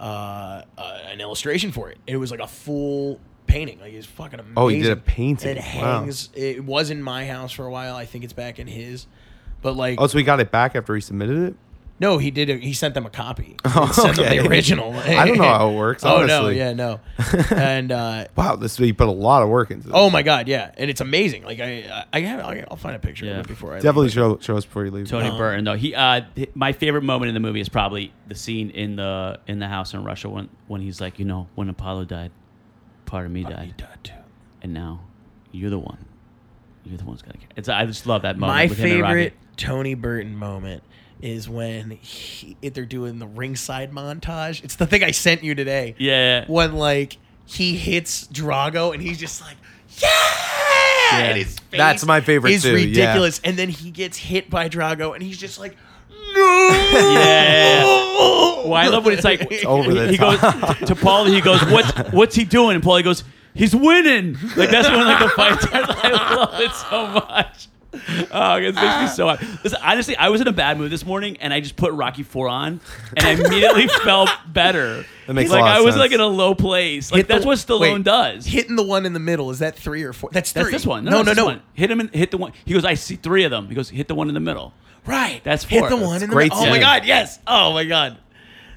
G: uh, uh, an illustration for it. It was like a full painting. Like it was fucking amazing.
I: Oh, he did a painting.
G: And it
I: Wow.
G: hangs. It was in my house for a while. I think it's back in his. But like,
I: Oh, so we got it back after he submitted it.
G: no, he did. A, he sent them a copy. He sent them
I: okay.
G: the original.
I: I don't know how it works,
G: oh no,
I: honestly.
G: yeah, no. And uh,
I: Wow, this you put a lot of work into. This.
G: Oh my god, yeah, and it's amazing. Like I, I, I have, I'll- I'll find a picture
H: Yeah.
G: of it before I leave.
I: Definitely show show us before you leave.
H: Tony Burton, though he, uh, th- my favorite moment in the movie is probably the scene in the in the house in Russia when when he's like, you know, when Apollo died, part of me died, and now you're the one, you're the one's gonna. Care. It's I just love that moment.
G: My
H: with him and Rocky.
G: favorite Tony Burton moment is when he, if they're doing the ringside montage. It's the thing I sent you today.
H: Yeah.
G: When like he hits Drago and he's just like, yeah. And his face
I: That's my favorite
G: Is
I: too, yeah.
G: ridiculous, and then he gets hit by Drago and he's just like, no.
H: Yeah. Well, I love when it's like
I: over the
H: he
I: top.
H: goes to Paul. He goes, "What's what's he doing?" And Paul he goes, "He's winning." Like that's when like the fight starts. I love it so much. Oh, it makes me so happy. Listen, honestly, I was in a bad mood this morning, and I just put Rocky Four on, and I immediately felt better.
I: That makes a
H: like
I: lot of
H: I was
I: sense.
H: like in a low place. Like
J: Hit the-
H: that's what Stallone
J: wait,
H: does.
J: Hitting the one in the middle is that three or four? That's three.
H: that's this one.
J: No, no,
H: that's
J: no.
H: this one. Hit him and hit the one. He goes, I see three of them. He goes, hit the one in the middle.
J: Right.
H: That's
J: Hit
H: four.
J: the
H: That's
J: one in the
I: great
J: middle. Oh my
H: seven.
J: god! Yes. Oh my god.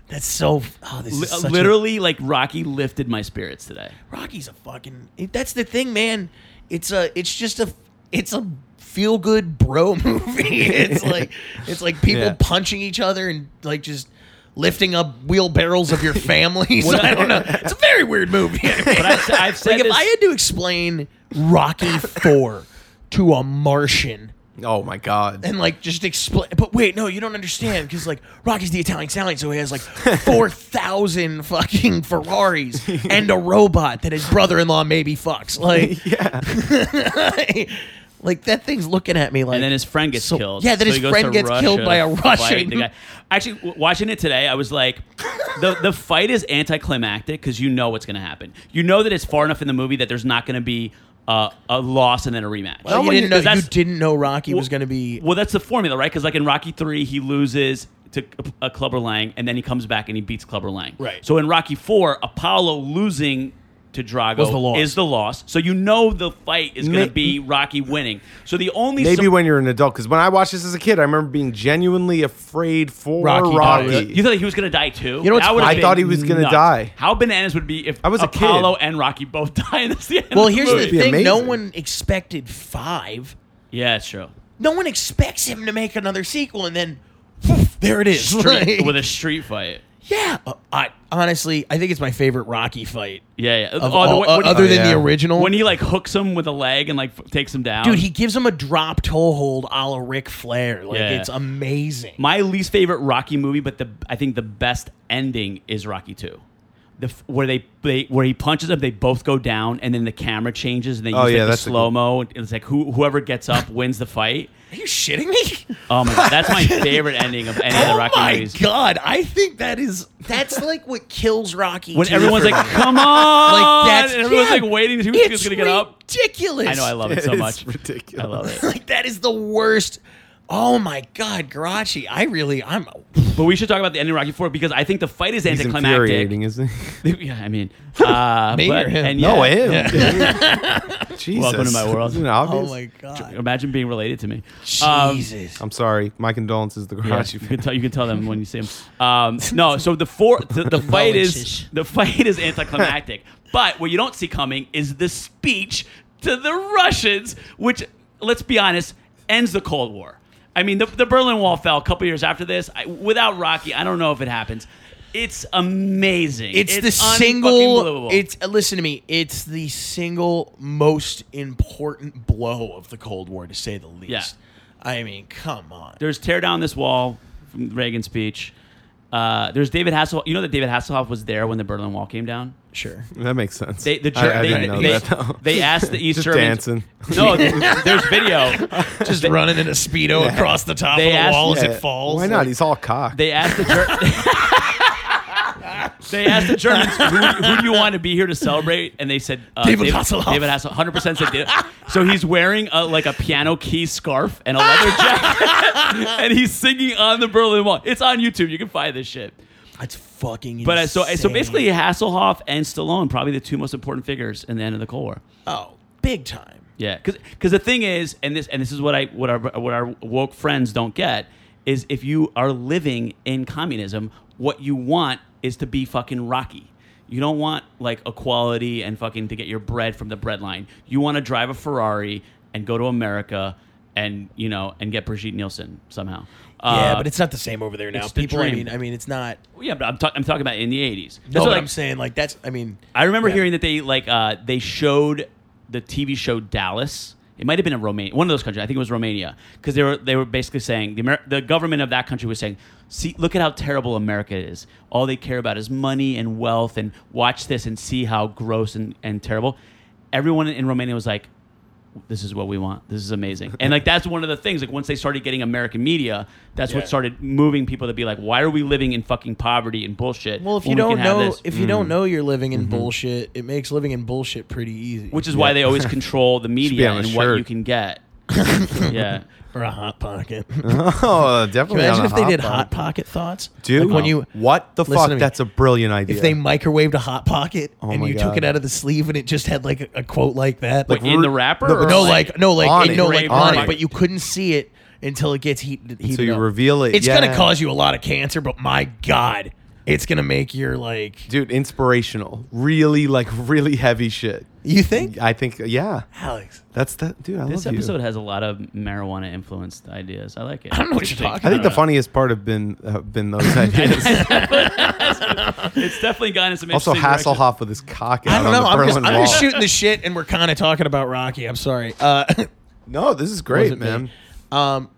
J: That's so. Oh, this
H: Li-
J: is such a-
H: literally, like Rocky lifted my spirits today.
J: Rocky's a fucking.
G: That's the thing, man. It's a. It's just a. It's a feel good bro movie. It's like. It's like people
I: Yeah.
G: punching each other and like just lifting up wheelbarrows of your families. I don't know. It's a very weird movie. I mean,
H: But I've, I've said
G: like if
H: this-
G: I had to explain Rocky Four to a Martian.
I: Oh my god.
G: and like just explain. But wait, no, you don't understand because like Rocky's the Italian stallion, so he has like four thousand fucking Ferraris and a robot that his brother-in-law maybe fucks. Like, yeah, like that thing's looking at me like.
H: and then his friend gets
G: so-
H: killed.
G: Yeah, then
H: So he
G: his
H: goes
G: friend
H: to
G: gets killed by a
H: Russia to fight
G: Russian.
H: the guy. Actually, w- watching it today, I was like, the the fight is anticlimactic because you know what's going to happen. You know that it's far enough in the movie that there's not going to be uh, a loss and then a rematch.
G: Well, oh, you
H: Because
G: didn't know. You
H: that's-
G: didn't know Rocky
H: well-
G: was going to be.
H: Well, that's the formula, right? Because like in Rocky Three, he loses to a Clubber Lang, and then he comes back and he beats Clubber Lang.
G: Right.
H: So in Rocky Four, Apollo losing to Drago
G: Was the loss.
H: is the loss. So you know the fight is going
I: May-
H: to be Rocky winning. So the only
I: Maybe
H: sur-
I: when you're an adult, because when I watched this as a kid, I remember being genuinely afraid for
G: Rocky
I: Rocky.
G: died.
H: you thought he was going to die too.
G: know what's
H: That would've
I: I
H: been
I: thought he was gonna
H: nuts.
I: die.
H: How bananas would be if
I: I was a kid.
H: Apollo and Rocky both die and that's the end.
G: Well,
H: of the
G: here's the
H: movie.
I: be
G: thing: no
I: amazing.
G: one expected five.
H: yeah, it's true.
G: No one expects him to make another sequel, and then. poof, there it is.
H: Street-
G: Like-
H: with a street fight.
G: yeah, Uh, I honestly, I think it's my favorite Rocky fight
H: Yeah, yeah.
G: of
H: Oh,
G: all-
H: the way-
G: uh,
H: when-
G: other than
I: yeah.
G: the original.
H: when he like hooks him with a leg and like f- takes him down.
G: Dude, he gives him a drop toe hold a la Ric Flair. Like
H: Yeah.
G: it's amazing.
H: my least favorite Rocky movie, but the I think the best ending is Rocky Two, the f- where they, they where he punches them, they both go down, and then the camera changes and they use
I: Oh,
H: like,
I: yeah,
H: the
I: that's a good-
H: slow mo. and It's like who whoever gets up wins the fight.
G: Are you shitting me?
H: Oh my god, that's my favorite ending of any of the
G: oh
H: Rocky
G: my
H: movies.
G: god! I think that is that's like what kills Rocky.
H: When
G: too
H: everyone's
G: for
H: like,
G: me.
H: "Come on!"
G: like that's
H: and everyone's
G: yeah,
H: like waiting to see who's
G: it's
H: gonna get up.
G: Ridiculous.
H: I know, I love it so
I: It's
H: much.
I: ridiculous.
H: I love it.
G: Like that is the worst. Oh my god, Garachi! I really, I'm. oh
H: But we should talk about the ending of Rocky Four because I think the fight is
I: He's
H: anticlimactic.
I: infuriating, isn't he?
H: Yeah, I mean, uh,
G: Me
H: but,
G: or him?
H: And yeah,
I: No, him. dude. Jesus.
H: Welcome to my world.
I: Isn't it obvious?
G: Oh my god,
H: Imagine being related to me. Um,
G: Jesus!
I: I'm sorry. My condolences to the
H: Yeah,
I: garage.
H: you can tell you can tell them when you see them. Um, no, so the four the, the fight is
G: Condolences.
H: the fight is anticlimactic. but what you don't see coming is the speech to the Russians, which let's be honest ends the Cold War. I mean, the, the Berlin Wall fell a couple years after this. I, without Rocky, I don't know if it happens. It's amazing.
G: It's, the
H: un- fucking
G: single.
H: believable.
G: It's uh, listen to me. It's the single most important blow of the Cold War, to say the least.
H: Yeah.
G: I mean, come on.
H: There's tear down this wall from Reagan's speech. Uh, there's David Hasselhoff. You know that David Hasselhoff was there when the Berlin Wall came down.
G: Sure.
I: That makes sense.
H: They the Ger-
I: I, I
H: they,
I: didn't know
H: they,
I: that. though.
H: they asked the East
I: Just
H: Germans.
I: dancing.
H: No, th- there's video.
G: Just running in a speedo across the top
H: They
G: of the
H: asked-
G: wall as
I: Yeah.
G: it falls.
I: Why not? He's all cocked.
H: They asked the Ger- they asked the Germans who, who do you want to be here to celebrate, and they said uh,
G: David Hasselhoff.
H: David Hasselhoff, hundred percent said David. So he's wearing a, like a piano key scarf and a leather jacket, and he's singing on the Berlin Wall. It's on YouTube. You can find this shit.
G: That's fucking.
H: But uh, so so
G: insane.
H: basically, Hasselhoff and Stallone probably the two most important figures in the end of the Cold War.
G: oh, big time.
H: Yeah, because the thing is, and this and this is what I what our what our woke friends don't get is if you are living in communism, what you want is to be fucking Rocky. You don't want like equality and fucking to get your bread from the bread line. You want to drive a Ferrari and go to America and you know and get Brigitte Nielsen somehow.
G: yeah,
H: Uh,
G: but it's not the same over there now.
H: it's the
G: People, I
H: dream.
G: mean, I mean, it's not.
H: yeah, but I'm, ta- I'm talking about in the '80s.
G: No,
H: So,
G: but
H: like,
G: I'm saying like that's. I mean,
H: I remember
G: Yeah.
H: hearing that they like uh, they showed the TV show Dallas. It might have been in Romania, one of those countries. I think it was Romania, because they were they were basically saying the Amer- the government of that country was saying, "See, look at how terrible America is. All they care about is money and wealth, and watch this and see how gross and, and terrible." Everyone in Romania was like, this is what we want. This is amazing. And like that's one of the things. Like once they started getting American media, that's what started moving people to be like, why are we living in fucking poverty and bullshit?
G: well, if you
H: when we
G: don't
H: can have
G: know,
H: this?" mm. Mm-hmm.
G: if you don't know you're living in bullshit, it makes living in bullshit pretty easy.
H: which is why they always control the media
I: on a
H: and what
I: shirt.
H: you can get. yeah.
G: or a hot pocket.
I: Oh, definitely.
G: Imagine
I: on a
G: if they
I: hot
G: did
I: dog.
G: hot pocket thoughts.
I: Dude, Oh.
G: Like when you
I: what the
G: Listen
I: fuck?
G: to me.
I: That's a brilliant idea.
G: if they microwaved a hot pocket
I: Oh
G: and
I: my
G: you
I: God.
G: took it out of the sleeve and it just had like a, a quote like that,
H: Like
G: like
H: in the wrapper?
I: no,
H: or
G: no, like no, like
I: on
G: it-
I: it,
G: no, like
H: on
G: on
H: it.
G: it, but you couldn't see it until it gets heated. heated
I: you
G: up.
I: reveal it,
G: It's
I: yeah.
G: gonna cause you a lot of cancer, but my god, it's gonna make your like.
I: dude, inspirational. Really, like really heavy shit.
G: You think,
I: I think, yeah,
G: Alex?
I: that's that, dude. I
H: This
I: love
H: episode
I: you.
H: has a lot of marijuana influenced ideas. I like it.
G: I don't know what you're talking.
I: I think
G: about.
I: the funniest part have been have been those ideas.
H: It's definitely gone in some
I: also,
H: interesting directions.
I: Hasselhoff with his cock out
G: I don't
I: on
G: know.
I: the
G: I'm just,
I: Berlin
G: I'm
I: Wall.
G: just shooting the shit, and we're kind of talking about Rocky. I'm sorry. Uh,
I: No, this is great,
G: wasn't me.
I: man.
G: Um,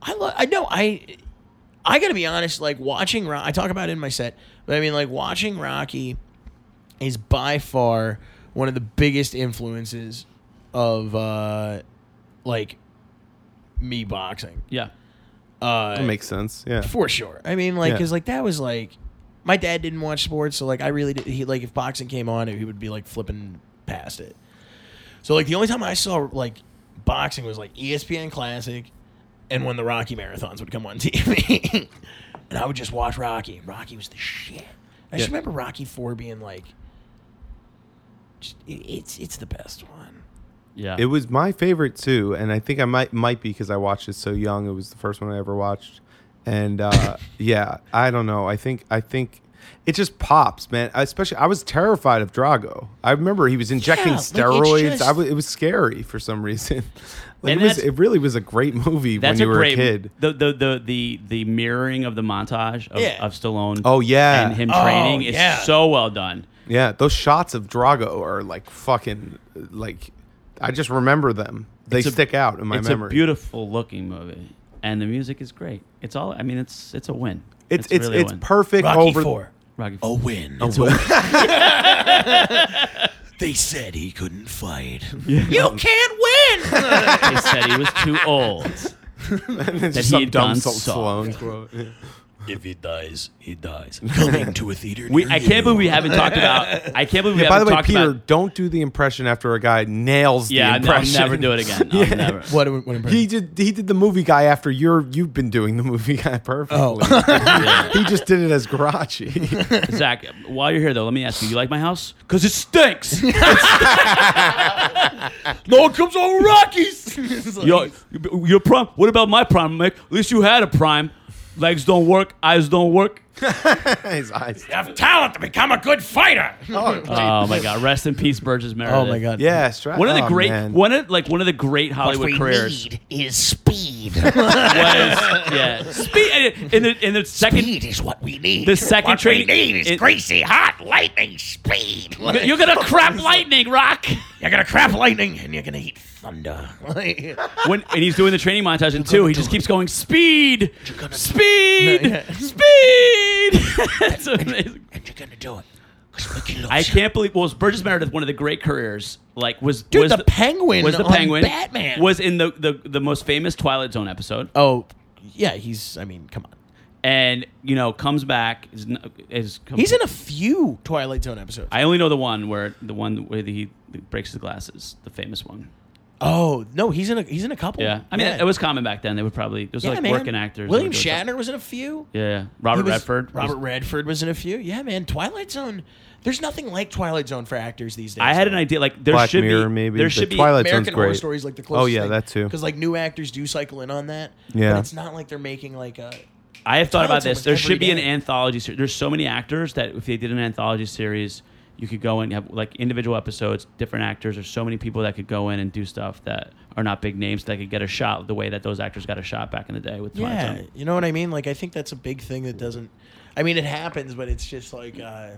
G: I lo- I know I I gotta be honest. Like watching, Ro- I talk about it in my set, but I mean, like watching Rocky is by far one of the biggest influences of uh, like me boxing Uh,
H: Yeah.
I: That makes sense. Yeah.
G: for sure. I mean, like,
I: Yeah.
G: cause like that was like my dad didn't watch sports, so like I really did. He like if boxing came on, he would be like flipping past it. So like the only time I saw like boxing was like E ESPN Classic, and when the Rocky marathons would come on TV, and I would just watch Rocky. and Rocky was the shit. I just
I: Yeah.
G: remember Rocky Four being like, just, it- it's it's the best one.
H: Yeah.
I: It was my favorite too, and I think I might might be because I watched it so young. It was the first one I ever watched, and uh, yeah, I don't know. I think I think it just pops, man. Especially, I was terrified of Drago. I remember he was injecting
G: Yeah, like, it's
I: steroids.
G: just-
I: I was, it was scary for some reason. Like,
H: And
I: it was.
H: that's-
I: It really was a great movie when
H: That's
I: you
H: a
I: were
H: great
I: a kid.
H: The, the the the the mirroring of the montage of,
G: Yeah.
H: of Stallone.
I: Oh, yeah.
H: and him
G: Oh,
H: training is
G: yeah.
H: so well done.
I: Yeah, those shots of Drago are like fucking like. I just remember them. They
H: It's a-
I: stick out in my
H: it's
I: memory.
H: a beautiful looking movie, and the music is great. It's all. I mean, it's it's a win.
I: It's it's Oh. it's,
H: really a win.
I: perfect
G: Rocky
I: over
G: Four,
H: Rocky
G: a win. they said he couldn't fight. You can't win.
H: They said he was too old.
I: It's
H: that
I: just
H: he
I: some
H: had
I: dumb
H: gone
I: Sol-
H: soft.
I: Stallone quote. Yeah.
G: If he dies, he dies. Coming to a theater.
H: We, I can't believe we haven't talked about. I can't believe we
I: By the
H: haven't
I: way,
H: talked
I: Peter,
H: about.
I: don't do the impression after a guy nails
H: Yeah,
I: the
H: no, I'll
I: impression.
H: never do it again. I'll never.
G: What? what impression?
I: He did. He did the movie guy after you're. You've been doing the movie guy perfectly.
G: Oh.
I: he just did it as Garachi.
H: Zach, while you're here though, let me ask you: You like my house? Because it stinks.
G: no one comes over Rockies. It's like-
H: Yo, your prime. What about my prime, Mick? At least you had a prime. Legs don't work. Eyes don't work.
I: His eyes.
G: have talent to become a good fighter.
H: Oh my God! Rest in peace, Burgess Meredith.
G: Oh my god.
I: Yeah, stra-
H: One of the
I: oh,
H: great,
I: man.
H: one of like one of the great
B: What
H: Hollywood
B: we
H: careers
B: need is speed.
H: was yeah. Speed in the in the second
B: speed is what we need.
H: The second
B: what
H: training-
B: we need is
H: it-
B: greasy, hot, lightning speed.
H: You're gonna crap lightning, Rock.
B: You're gonna crap lightning and you're gonna eat thunder.
H: When and he's doing the training montage in two, he just keeps going speed, speed, speed. It's amazing.
B: and you're gonna do it. 'Cause Mickey loves
H: I
B: you.
H: can't believe. Well, Burgess Meredith, one of the great careers, like was
G: Dude,
H: was
G: the Penguin
H: was the
G: on
H: penguin
G: Batman.
H: was in the, the the most famous Twilight Zone episode,
G: Oh, yeah. He's. I mean, come on.
H: and you know comes back is n- is come-
G: He's in a few Twilight Zone episodes.
H: I only know the one where the one where he breaks his glasses, the famous one.
G: oh no, he's in a. He's in a couple.
H: Yeah, I mean it was common back then. They would probably it was
G: Oh, Yeah,
H: like
G: man.
H: working actors. They
G: William
H: would do it.
G: Shatner was in a few.
H: Yeah, yeah. Robert
G: He was-
H: Redford. was-
G: Robert Redford was in a few. Yeah, man. Twilight Zone. There's nothing like Twilight Zone for actors these days.
H: I had an
G: though.
H: idea like there
I: Black
H: should
I: Mirror,
H: be
I: maybe,
H: there
I: but
H: should be
I: Twilight- That sounds
G: American Horror
I: great.
G: Stories like the
I: Oh,
G: closest.
I: yeah, that too.
G: Because like new actors do cycle in on that.
I: Yeah.
G: but it's not like they're making like a.
H: I have thought
G: Twilight
H: about
G: Zone
H: this.
G: was
H: There
G: every
H: should be an
G: day.
H: anthology series. There's so many actors that if they did an anthology series, you could go and have like individual episodes, different actors. There's so many people that could go in and do stuff that are not big names that could get a shot the way that those actors got a shot back in the day with Twilight
G: Yeah,
H: Zone.
G: you know what I mean. Like I think that's a big thing that doesn't. I mean, it happens, but it's just like uh,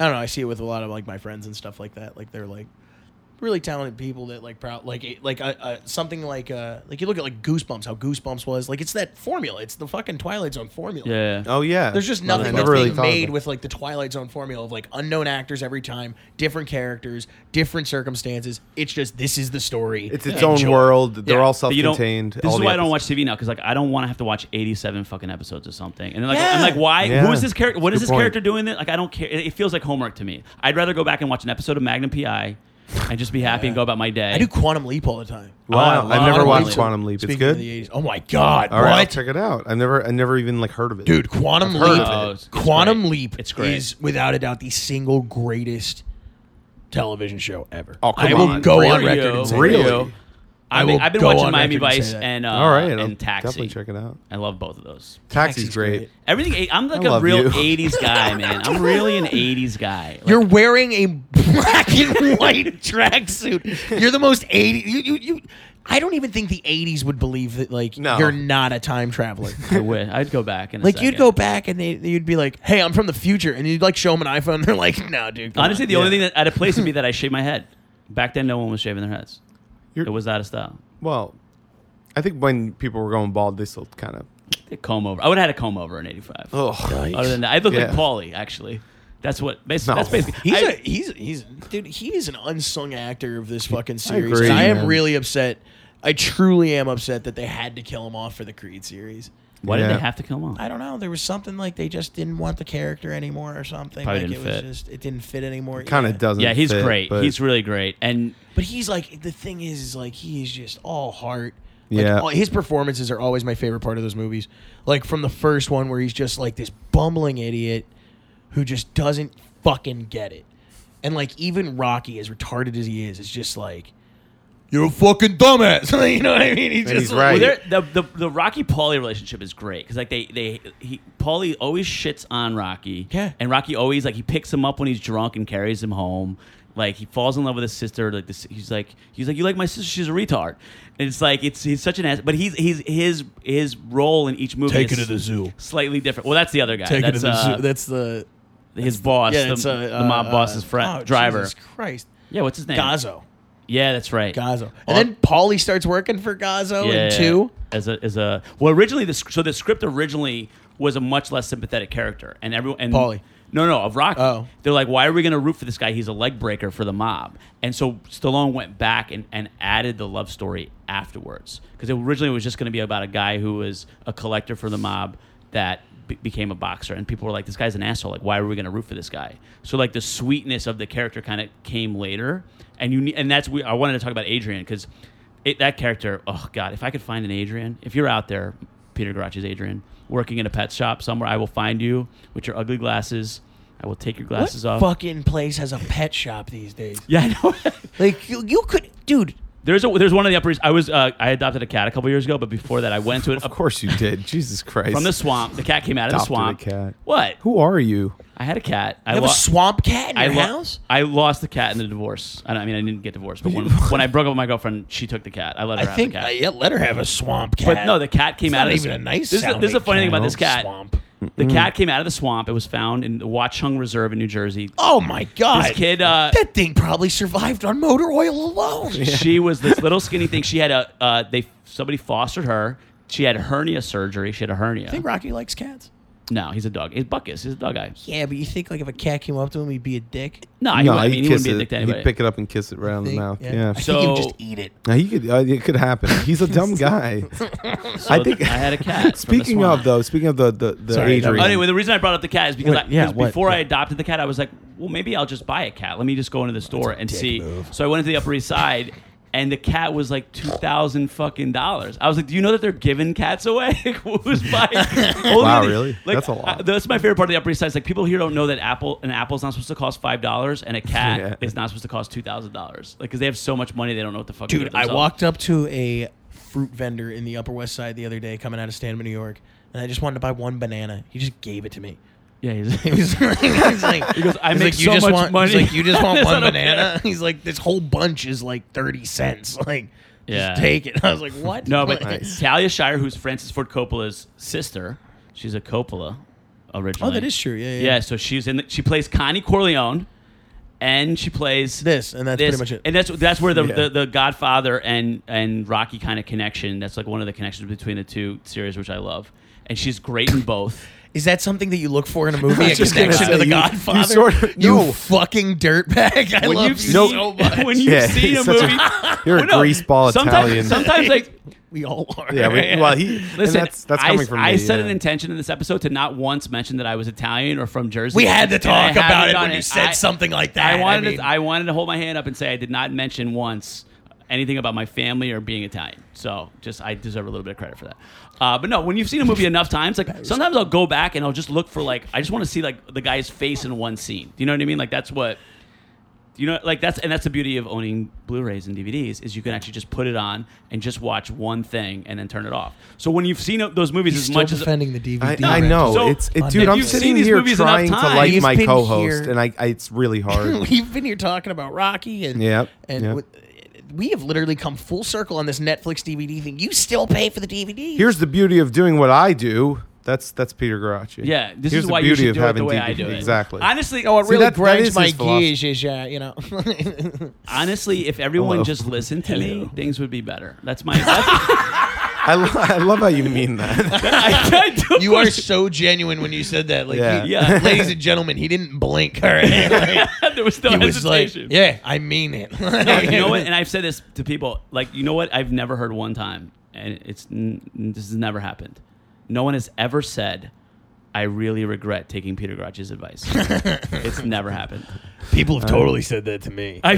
G: I don't know. I see it with a lot of like my friends and stuff like that. Like they're like really talented people that like proud like it- like uh, uh, something like uh like you look at like Goosebumps, how Goosebumps was like it's that formula. It's the fucking Twilight Zone formula.
H: Yeah.
I: Oh yeah.
G: There's just
I: No, I
G: nothing
I: never
G: that's
I: really
G: being
I: thought of
G: made
I: it.
G: with like the Twilight Zone formula of like unknown actors every time, different characters, different circumstances. It's just this is the story.
I: It's its
G: Enjoy.
I: own world. They're
H: Yeah.
I: all
H: But you don't-
I: self-contained.
H: This
I: all
H: is
I: the
H: why I don't
I: episodes.
H: watch TV now because like I don't want to have to watch eighty-seven fucking episodes of something. And like
G: Yeah.
H: I'm like, why?
I: Yeah.
H: Who is this character? What is
I: Good
H: this
I: point.
H: character doing? That like I don't care. It, it feels like homework to me. I'd rather go back and watch an episode of Magnum PI and just be happy and go about my day.
G: I do Quantum Leap all the time.
I: Wow,
H: Oh,
I: I've never
H: Quantum
I: watched
H: Leap.
I: Quantum Leap. It's
G: Speaking
I: good.
G: Of the 80s. Oh my god!
I: All
G: what?
I: right, I'll check it out. I never, I never even like heard of it,
G: Dude, Quantum
I: I've heard
G: Leap.
I: of it.
H: Oh, it's- it's
G: Quantum
H: great.
G: Leap
H: It's great.
G: is without a doubt the single greatest television show ever.
I: Oh, come
G: I will
I: on.
G: go
I: For
G: on
I: you.
G: record and say
I: Really?
G: that. I
H: I
G: will
H: have been
G: go
H: watching
G: on
H: Miami
G: record and
H: Vice
G: say that.
H: and uh,
I: All right, I'll
H: and Taxi.
I: definitely check it out.
H: I love both of those.
I: Taxi's,
G: Taxi's
I: great.
G: great.
H: Everything. eh, I'm like
I: I
H: a
I: love
H: real
I: you.
H: '80s guy, man. I'm really an '80s guy. Like,
G: You're wearing a black and white tracksuit. You're the most 80 you, you you I don't even think the 80s would believe that like
I: No.
G: you're not a time traveler.
H: I would. I'd go back and
G: like you'd go back and they you'd be like, "Hey, I'm from the future." And you'd like show them an iPhone and they're like, "No, dude." come
H: Honestly,
G: on."
H: the only thing that at a place would be that I shave my head. Back then, no one was shaving their heads.
I: You're-
H: it was out of style.
I: Well, I think when people were going bald, they still kind of.
H: A comb over. I would have had a comb over in '85.
I: Oh,
H: Other than that, I look
I: Yeah.
H: like Paulie. Actually, that's what. Bas-
I: No.
H: That's basically.
G: He's a
H: I-
G: he's he's dude. He is an unsung actor of this fucking series.
I: agree,
G: and I am
I: man.
G: really upset. I truly am upset that they had to kill him off for the Creed series.
H: why did
I: Yeah.
H: they have to kill him off?
G: I don't know. There was something like they just didn't want the character anymore or something.
H: Probably
G: like
H: didn't
G: it was
H: fit.
G: just it didn't fit anymore.
I: kind of
G: yeah.
I: doesn't.
H: Yeah, he's
I: fit,
H: great.
I: but-
H: He's really great. And
G: But he's like the thing is, is like he is just all heart. Like,
I: Yeah.
G: all- his performances are always my favorite part of those movies. Like from the first one where he's just like this bumbling idiot who just doesn't fucking get it. And like even Rocky, as retarded as he is, is just like you're a fucking dumbass. you know what I mean? He's
I: And
G: just
I: he's
G: like-
I: right.
H: Well, they're- the the the Rocky Paulie relationship is great because like they they he Paulie always shits on Rocky.
G: Yeah.
H: And Rocky always like he picks him up when he's drunk and carries him home. Like he falls in love with his sister. Like this, he's like he's like you like my sister. She's a retard. And it's like it's he's such an ass. But he's he's his his role in each movie.
G: Take
H: is
G: it to the zoo.
H: Slightly different. Well, that's the other guy.
G: Take it
H: that's,
G: to the zoo.
H: uh,
G: That's the
H: his boss.
G: yeah.
H: the,
G: it's, uh,
H: the mob
G: uh,
H: boss's
G: uh,
H: friend
G: oh,
H: driver.
G: Jesus Christ,
H: Yeah, what's his name?
G: Gazzo.
H: Yeah, that's right.
G: Gazzo.
H: Oh,
G: And then Paulie starts working for Gazzo in two.
H: As a as a well, originally the sc- so the script originally was a much less sympathetic character, and everyone and
G: Pauly.
H: No, no, of Rocky.
G: Oh.
H: They're like, why are we going to root for this guy? He's a leg breaker for the mob. And so Stallone went back and, and added the love story afterwards because originally it was just going to be about a guy who was a collector for the mob that be- became a boxer, and people were like, this guy's an asshole. Like, why are we going to root for this guy? So like the sweetness of the character kind of came later, and you ne- and that's we I wanted to talk about Adrian because it, that character, oh god, if I could find an Adrian, if you're out there, Peter Garage's Adrian, working in a pet shop somewhere, I will find you with your ugly glasses. I will take your
G: What
H: glasses off.
G: fucking place has a pet shop these days?
H: Yeah, I know.
G: Like you, you could, dude.
H: there's a there's one of the upper. East- I was uh, I adopted a cat a couple years ago, but before that, I went to it
I: Of course you did. Jesus Christ.
H: from the swamp. The cat came out of the
I: Adopted a
H: swamp.
I: cat.
H: What?
I: Who are you?
H: I had a cat. I
G: You have a
H: lo-
G: swamp cat in
H: I
G: your
H: lo-
G: house.
H: I lost the cat in the divorce. I, don't- I mean, I didn't get divorced, but when, when I broke up with my girlfriend, she took the cat. I let her
G: I
H: have
G: think
H: the cat.
G: uh, yeah, let her have a swamp cat.
H: But no, the cat
G: It's
H: came out
G: not
H: of
G: even
H: the,
G: a nice
H: This, is- this is
G: sounding
H: the funny thing
G: cat.
H: about this cat.
G: Swamp.
H: The cat came out of the swamp. It was found in the Watchung Reserve in New Jersey.
G: oh my god,
H: This kid, uh,
G: that thing probably survived on motor oil alone.
H: She was this little skinny thing. She had a uh, they somebody fostered her. She had hernia surgery. She had a hernia.
G: I think Rocky likes cats.
H: No, he's a dog. He's Buckus. He's a dog guy.
G: Yeah, but you think like if a cat came up to him, he'd be a dick.
H: No, he,
I: no,
H: wou- I
I: he'd
H: mean, he
I: kiss
H: wouldn't be a dick to
I: it.
H: anybody.
I: He'd pick it up and kiss it around the
G: Think?
I: mouth. Yeah.
G: I think he would
H: So-
G: just eat it.
I: Now he could. Uh, it could happen. He's a dumb guy. I think
H: I had a cat from the
I: speaking
H: swamp.
I: of though, speaking of the the, the
G: Sorry, that
I: Adrian.
G: was-
H: Anyway, the reason I brought up the cat is because
G: Wait,
H: I,
G: yeah,
H: 'cause
G: what-
H: before I
G: what?
H: adopted the cat, I was like, well, maybe I'll just buy a cat. Let me just go into the store and
G: dick
H: see.
G: move.
H: So I went into the Upper East Side, and the cat was like two thousand fucking dollars. I was like, do you know that they're giving cats away? Like, Who's buying? Only
I: Wow,
H: the-
I: really?
H: Like,
I: That's a lot.
H: I- that's my favorite part of the Upper East Side. Is like people here don't know that apple an apple's not supposed to cost five dollars, and a cat
I: Yeah.
H: is not supposed to cost two thousand dollars. Like because they have so much money, they don't know what the fuck. to do
G: Dude,
H: with
G: I
H: themselves.
G: walked up to a fruit vendor in the Upper West Side the other day coming out of Stanman, New York, and I just wanted to buy one banana. He just gave it to me.
H: Yeah,
G: He
H: he's,
G: was, he was like, he
H: goes, "I make
G: you
H: so
G: just
H: much
G: want,
H: money."
G: He's like, you just want
H: Is
G: one
H: that okay?
G: banana? He's like, this whole bunch is like 30 cents. Like,
H: Yeah.
G: just take it. I was like, what?
H: No, but
G: Like,
H: Talia Shire, who's Francis Ford Coppola's sister, she's a Coppola originally.
G: Oh, that is true. Yeah, yeah,
H: Yeah,
G: yeah.
H: so she's in. The, she plays Connie Corleone, and she plays
G: This, and that's pretty much it.
H: And that's that's where the,
I: Yeah.
H: the, the Godfather and and Rocky kind of connection. That's like one of the connections between the two series, which I love. And she's great in both.
G: Is that something that you look for in a movie? A
I: just gonna
G: connection
I: say,
G: to The
I: you- you
G: Godfather? You,
I: sort of- no.
G: fucking dirtbag. I love you
H: seen-
G: so much.
H: when you've seen a
I: such
H: movie,
I: you're
H: Well,
I: a
H: no,
I: greaseball
H: sometimes,
I: Italian.
H: Sometimes like
K: We all are.
I: Yeah, we, well, he. and
H: Listen,
I: that's that's
H: I-
I: coming from
H: I
I: me,
H: set
I: yeah.
H: an intention in this episode to not once mention that I was Italian or from Jersey.
K: We had to
H: And I
K: talk about
H: haven't
K: it
H: done
K: when you said
H: I-
K: something like that.
H: I wanted
K: mean-
H: to, I wanted to hold my hand up and say I did not mention once anything about my family or being Italian. So just I deserve a little bit of credit for that. Uh, but no, when you've seen a movie enough times, like sometimes I'll go back and I'll just look for like I just want to see like the guy's face in one scene. Do you know what I mean? Like that's what you know like that's and that's the beauty of owning blu-rays and dvds is you can actually just put it on and just watch one thing and then turn it off so when you've seen those movies
G: He's
H: as
G: still
H: much as
G: defending the
I: I,
G: DVD.
I: I
G: rent.
I: know
H: So-
I: it's it, dude.
H: If
I: I'm
H: you've
I: sitting
H: seen these
I: here
H: movies enough
I: trying to
H: times-
I: like
G: You've
I: my
G: been
I: co-host,
G: here.
I: and I, I it's really hard.
G: We've been here talking about Rocky and
I: Yep,
G: and
I: yep.
G: w- we have literally come full circle on this Netflix DVD thing. You still pay for the DVD?
I: Here's the beauty of doing what I do. That's that's Peter Garacci.
H: yeah this
I: Here's
H: is
I: the
H: why you
I: beauty
H: should
I: of
H: do it
I: having
H: the way
I: DVD.
H: i do it
I: Exactly.
H: honestly
G: oh, it
I: See,
G: really
I: that- that
G: grinds
I: is
G: my
I: his philosophy.
G: gears, is, yeah, you know.
H: honestly if everyone
I: Hello.
H: just listened to me things would be better that's my that's,
I: I, lo- I love how you mean that.
H: I, I do.
G: you are so genuine when you said that. Like,
I: Yeah.
G: he-
H: Yeah.
G: ladies and gentlemen, he didn't blink. All right, Like,
H: there was no
G: he was like,
H: hesitation
G: yeah, I mean it.
H: No, you know what? And I've said this to people, like, you know what? I've never heard one time, and it's n- this has never happened. No one has ever said, "I really regret taking Peter Grouch's advice." it's never happened.
G: People
I: Uh-huh.
G: have totally said that to me.
H: I,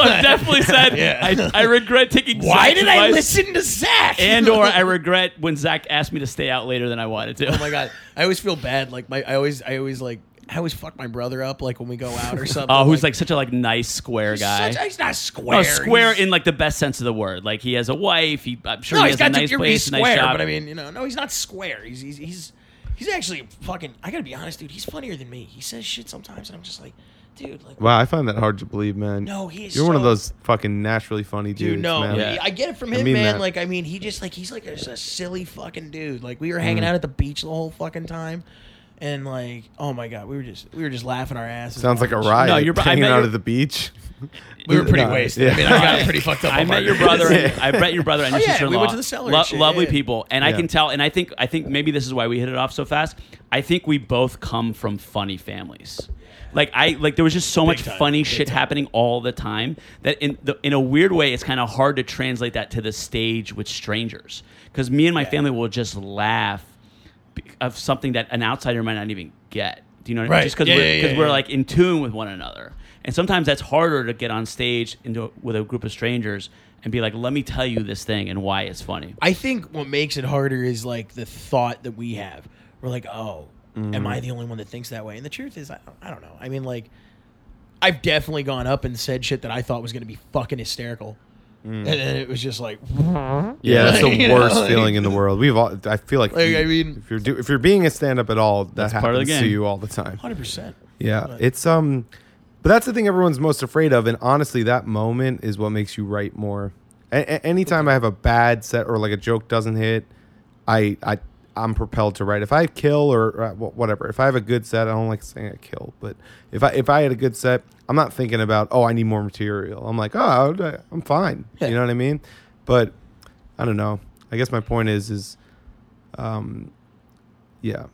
H: have definitely said,
G: Yeah.
H: I, "I regret taking."
G: Why
H: Zach's
G: did I
H: advice,"
G: listen to Zach?
H: And or I regret when Zach asked me to stay out later than I wanted to. Uh,
G: Oh my god, I always feel bad. Like my, I always, I always like, I always fuck my brother up. Like when we go out or something.
H: Oh, who's like such a like nice square guy?
G: Such, he's not square.
H: no, square
G: He's-
H: in like the best sense of the word. Like he has a wife. He, I'm sure
G: no,
H: he
G: he's
H: has
G: got
H: a nice
G: to be
H: place,
G: square,
H: nice job.
G: but I mean, you know, no, he's not square. He's he's he's he's actually fucking. I gotta be honest, dude. He's funnier than me. He says shit sometimes, and I'm just like, dude, like,
I: Wow, I find that hard to believe, man.
G: No, he is
I: You're one of
G: so-
I: those fucking naturally funny dudes,
G: dude, no,
I: man.
H: Yeah.
G: I get it from
I: I
G: him,
I: mean
G: man.
I: that.
G: Like, I mean, he just like he's like just a silly fucking dude. Like
I: Mm-hmm.
G: we were hanging out at the beach the whole fucking time. And like, oh my god, we were just we were just laughing our asses.
I: Sounds like a
G: off.
I: riot.
H: No, you're- I
I: hanging
H: bet
I: out
H: you're-
I: at the beach.
G: We were pretty
I: No,
G: wasted.
I: yeah.
G: I mean, I got pretty fucked up.
H: I
G: on
H: met your
G: margaritas.
H: brother. And, I met your brother and your
G: Oh, yeah,
H: sister-in-law.
G: we went to the cellar and shit,
H: lovely
G: yeah.
H: people, and I
I: Yeah.
H: can tell. And I think I think maybe this is why we hit it off so fast. I think we both come from funny families. Like I like there was just so much
G: time,
H: funny shit happening all the time that in the, in a weird way it's kind of hard to translate that to the stage with strangers because me and my family will just laugh be- of something that an outsider might not even get. Do you know what I mean?
G: Right.
H: Just because
G: Yeah,
H: we're,
G: yeah,
H: 'cause
G: yeah,
H: we're
G: yeah.
H: like in tune with one another. And sometimes that's harder to get on stage into with a group of strangers and be like, "Let me tell you this thing and why it's funny."
G: I think what makes it harder is like the thought that we have. We're like, oh, am
I: Mm-hmm.
G: I the only one that thinks that way? And the truth is, I don't, I don't know. I mean, like, I've definitely gone up and said shit that I thought was going to be fucking hysterical.
I: Mm.
G: And then it was just like,
I: Yeah, that's the
G: You know,
I: worst
G: like-
I: feeling in the world. We've all. I feel like.
G: Like,
I: we-
G: I mean-
I: if you're do, if you're being a stand up at all, that
H: That's
I: happens
H: part of the
I: to
H: game.
I: you all the time.
G: 100%.
I: Yeah, it's um, but that's the thing everyone's most afraid of, and honestly, that moment is what makes you write more. A- a- anytime I have a bad set or like a joke doesn't hit, I I I'm propelled to write. If I kill or, or wh- whatever, if I have a good set, I don't like saying I kill, but if I if I had a good set, I'm not thinking about oh I need more material. I'm like oh I- I'm fine, you know what I mean? But I don't know. I guess my point is is, um, yeah.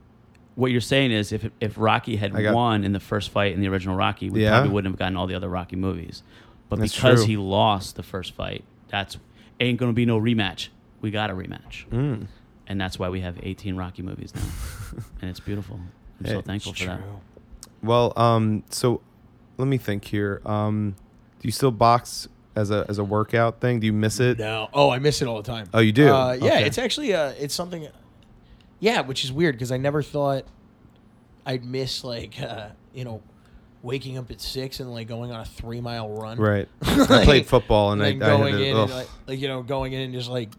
H: What you're saying is, if if Rocky had
I: I got-
H: won in the first fight in the original Rocky, we
I: Yeah.
H: probably wouldn't have gotten all the other Rocky movies. But
I: That's
H: because
I: true.
H: he lost the first fight, that's ain't gonna be no rematch. We got a rematch,
I: Mm.
H: and that's why we have 18 Rocky movies now, and it's beautiful. I'm so
I: It's
H: thankful for that.
I: Well, um, so let me think here. Um, do you still box as a as a workout thing? Do you miss it?
G: No. Oh, I miss it all the time.
I: Oh, you do?
G: Uh, yeah,
I: Okay.
G: it's actually uh, it's something. Yeah, which is weird because I never thought I'd miss like uh, you know waking up at six and like going on a three mile run.
I: Right. I played football and,
G: And, then
I: I, I
G: going
I: had a,
G: in,
I: ugh,
G: and like, like you know, going in and just like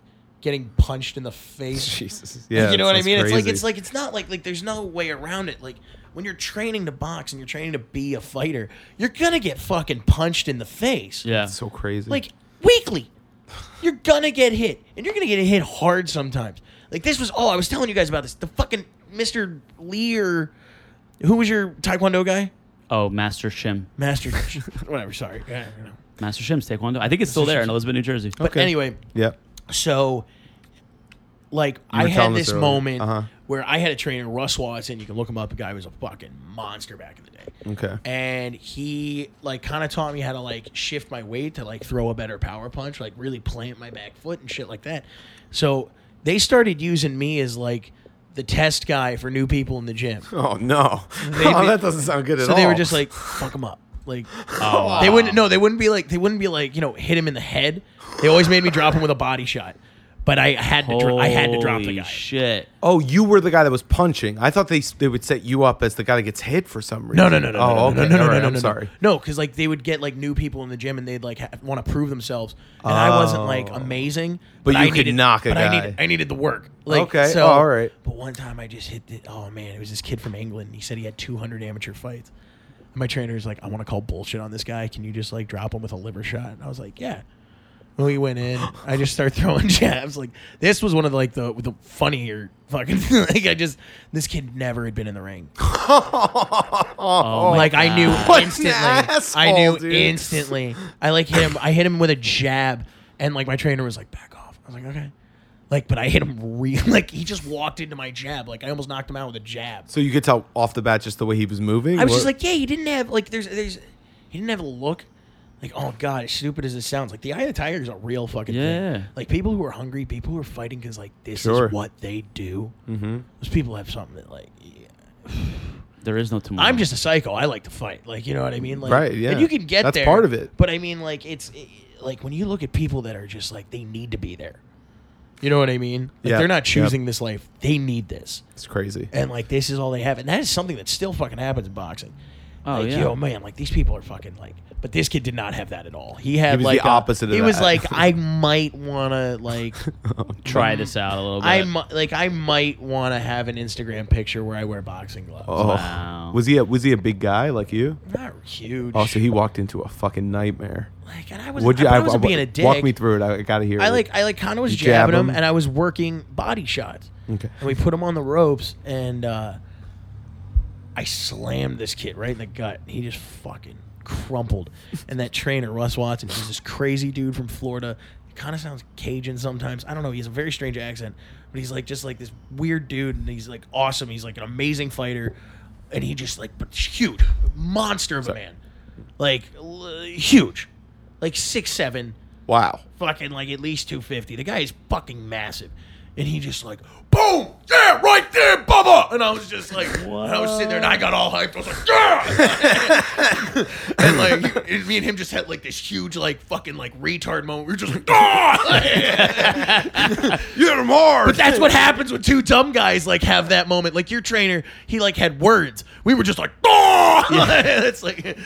G: getting punched in the face.
I: Jesus. Yeah.
G: you know what I
I: sounds
G: mean? It's
I: crazy.
G: like it's like it's not like like there's no way around it. Like when you're training to box and you're training to be a fighter, you're gonna get fucking punched in the face.
H: Yeah,
I: It's so crazy.
G: Like weekly. You're gonna get hit. And you're gonna get hit hard sometimes. Like this was oh, I was telling you guys about this. The fucking Mr. Lee or who was your Taekwondo guy?
H: Oh, Master Shim.
G: Master whatever, sorry. I don't know.
H: Master Shim's Taekwondo. I think it's still there in Elizabeth, New Jersey.
G: But anyway,
I: yeah.
G: so Like I
I: were
G: had
I: telling us
G: this
I: earlier.
G: moment
I: Uh-huh.
G: where I had a trainer, Russ Watson. You can look him up. The guy was a fucking monster back in the day.
I: Okay.
G: And he like kind of taught me how to like shift my weight to like throw a better power punch, like really plant my back foot and shit like that. So they started using me as like the test guy for new people in the gym.
I: Oh no! oh, that doesn't sound good at
G: So
I: all. Oh,
G: they were just like, fuck him up. Like they wouldn't no, they wouldn't be like they wouldn't be like, you know, hit him in the head. They always made me drop him with a body shot. But I had to dro- I had to drop the
H: Holy
G: guy.
H: Shit.
I: "Oh, you were the guy that was punching." I thought they they would set you up as the guy that gets hit for some reason.
G: No, no, no, no,
I: Oh,
G: no,
I: okay.
G: no, no, no,
I: All right,
G: no, no,
I: I'm
G: no,
I: sorry.
G: No, because like they would get like new people in the gym and they'd like ha- want to prove themselves, and I wasn't like
I: Oh.
G: amazing,
I: But
G: I
I: you could
G: needed,
I: knock a
G: but I
I: guy.
G: needed, I needed the work. Like,
I: Okay,
G: so,
I: all right.
G: But one time I just hit. The, oh man, it was this kid from England. And he said he had 200 amateur fights. And my trainer was like, "I want to call bullshit on this guy. Can you just like drop him with a liver shot?" And I was like, "Yeah." When we went in, I just started throwing jabs. Like this was one of the, like the the funnier fucking like I just this kid never had been in the ring
H: Oh, my
G: like I knew
I: What an
G: instantly. I
I: asshole,
G: knew
I: dude.
G: instantly. I like hit him. I hit him with a jab, and like my trainer was like, "Back off." I was like, "Okay." Like, but I hit him real. Like he just walked into my jab. Like I almost knocked him out with a jab.
I: So you could tell off the bat just the way he was moving.
G: I was just
I: What-
G: like, "Yeah, he didn't have like there's there's he didn't have a look." Like, oh god, as stupid as this sounds, like the eye of the tiger is a real fucking
H: Yeah.
G: thing. Like people who are hungry, people who are fighting because like this
I: Sure.
G: is what they do. Mm-hmm. Those people have something that like. yeah.
H: There is no tomorrow.
G: I'm just a psycho. I like to fight. Like you know what I mean. Like,
I: Right, yeah.
G: And you can get
I: That's
G: there.
I: part of it.
G: But I mean, like it's it, like when you look at people that are just like they need to be there. You know what I mean? Like,
I: Yeah,
G: They're not
I: yeah.
G: choosing this life. They need this,
I: "It's crazy."
G: and like this is all they have. And that is something that still fucking happens in boxing.
H: Oh,
G: like,
H: yeah.
G: Yo, man, like these people are fucking like. But this kid did not have that at all. He had
I: was
G: like
I: the
G: a-
I: opposite of
G: He was
I: that.
G: like, I might wanna like.
H: try this out a little bit.
G: I mi- like I might want to have an Instagram picture where I wear boxing gloves.
I: Oh,
H: Wow.
I: was he a, was he a big guy like you?
G: Not huge.
I: Oh, so he walked into a fucking nightmare.
G: Like, and I was,
I: Would
G: Would
I: you?
G: I, wasn't being a dick.
I: Walk me through it. I, gotta hear.
G: I
I: it.
G: like, I like, kind of was
I: You jab
G: jabbing him,
I: him?
G: and I was working body shots.
I: Okay.
G: And we put him on the ropes, and uh, I slammed this kid right in the gut. He just fucking crumpled. And that trainer, Russ Watson, he's this crazy dude from Florida. He kind of sounds Cajun sometimes. I don't know. He has a very strange accent, but he's like just like this weird dude, and he's like awesome. He's like an amazing fighter, and he just like but huge monster of a man, like l- huge, like six seven
I: Wow.
G: fucking like at least 250. The guy is fucking massive. And he just like, boom, yeah, right there, Bubba. And I was just like, what? I was sitting there and I got all hyped. I was like, yeah. and like, and me and him just had like this huge, like, fucking, like, retard moment. We were just like, ah!
I: Hit him hard.
G: But that's what happens when two dumb guys like have that moment. Like your trainer, he like had words. We were just like, ah! it's like,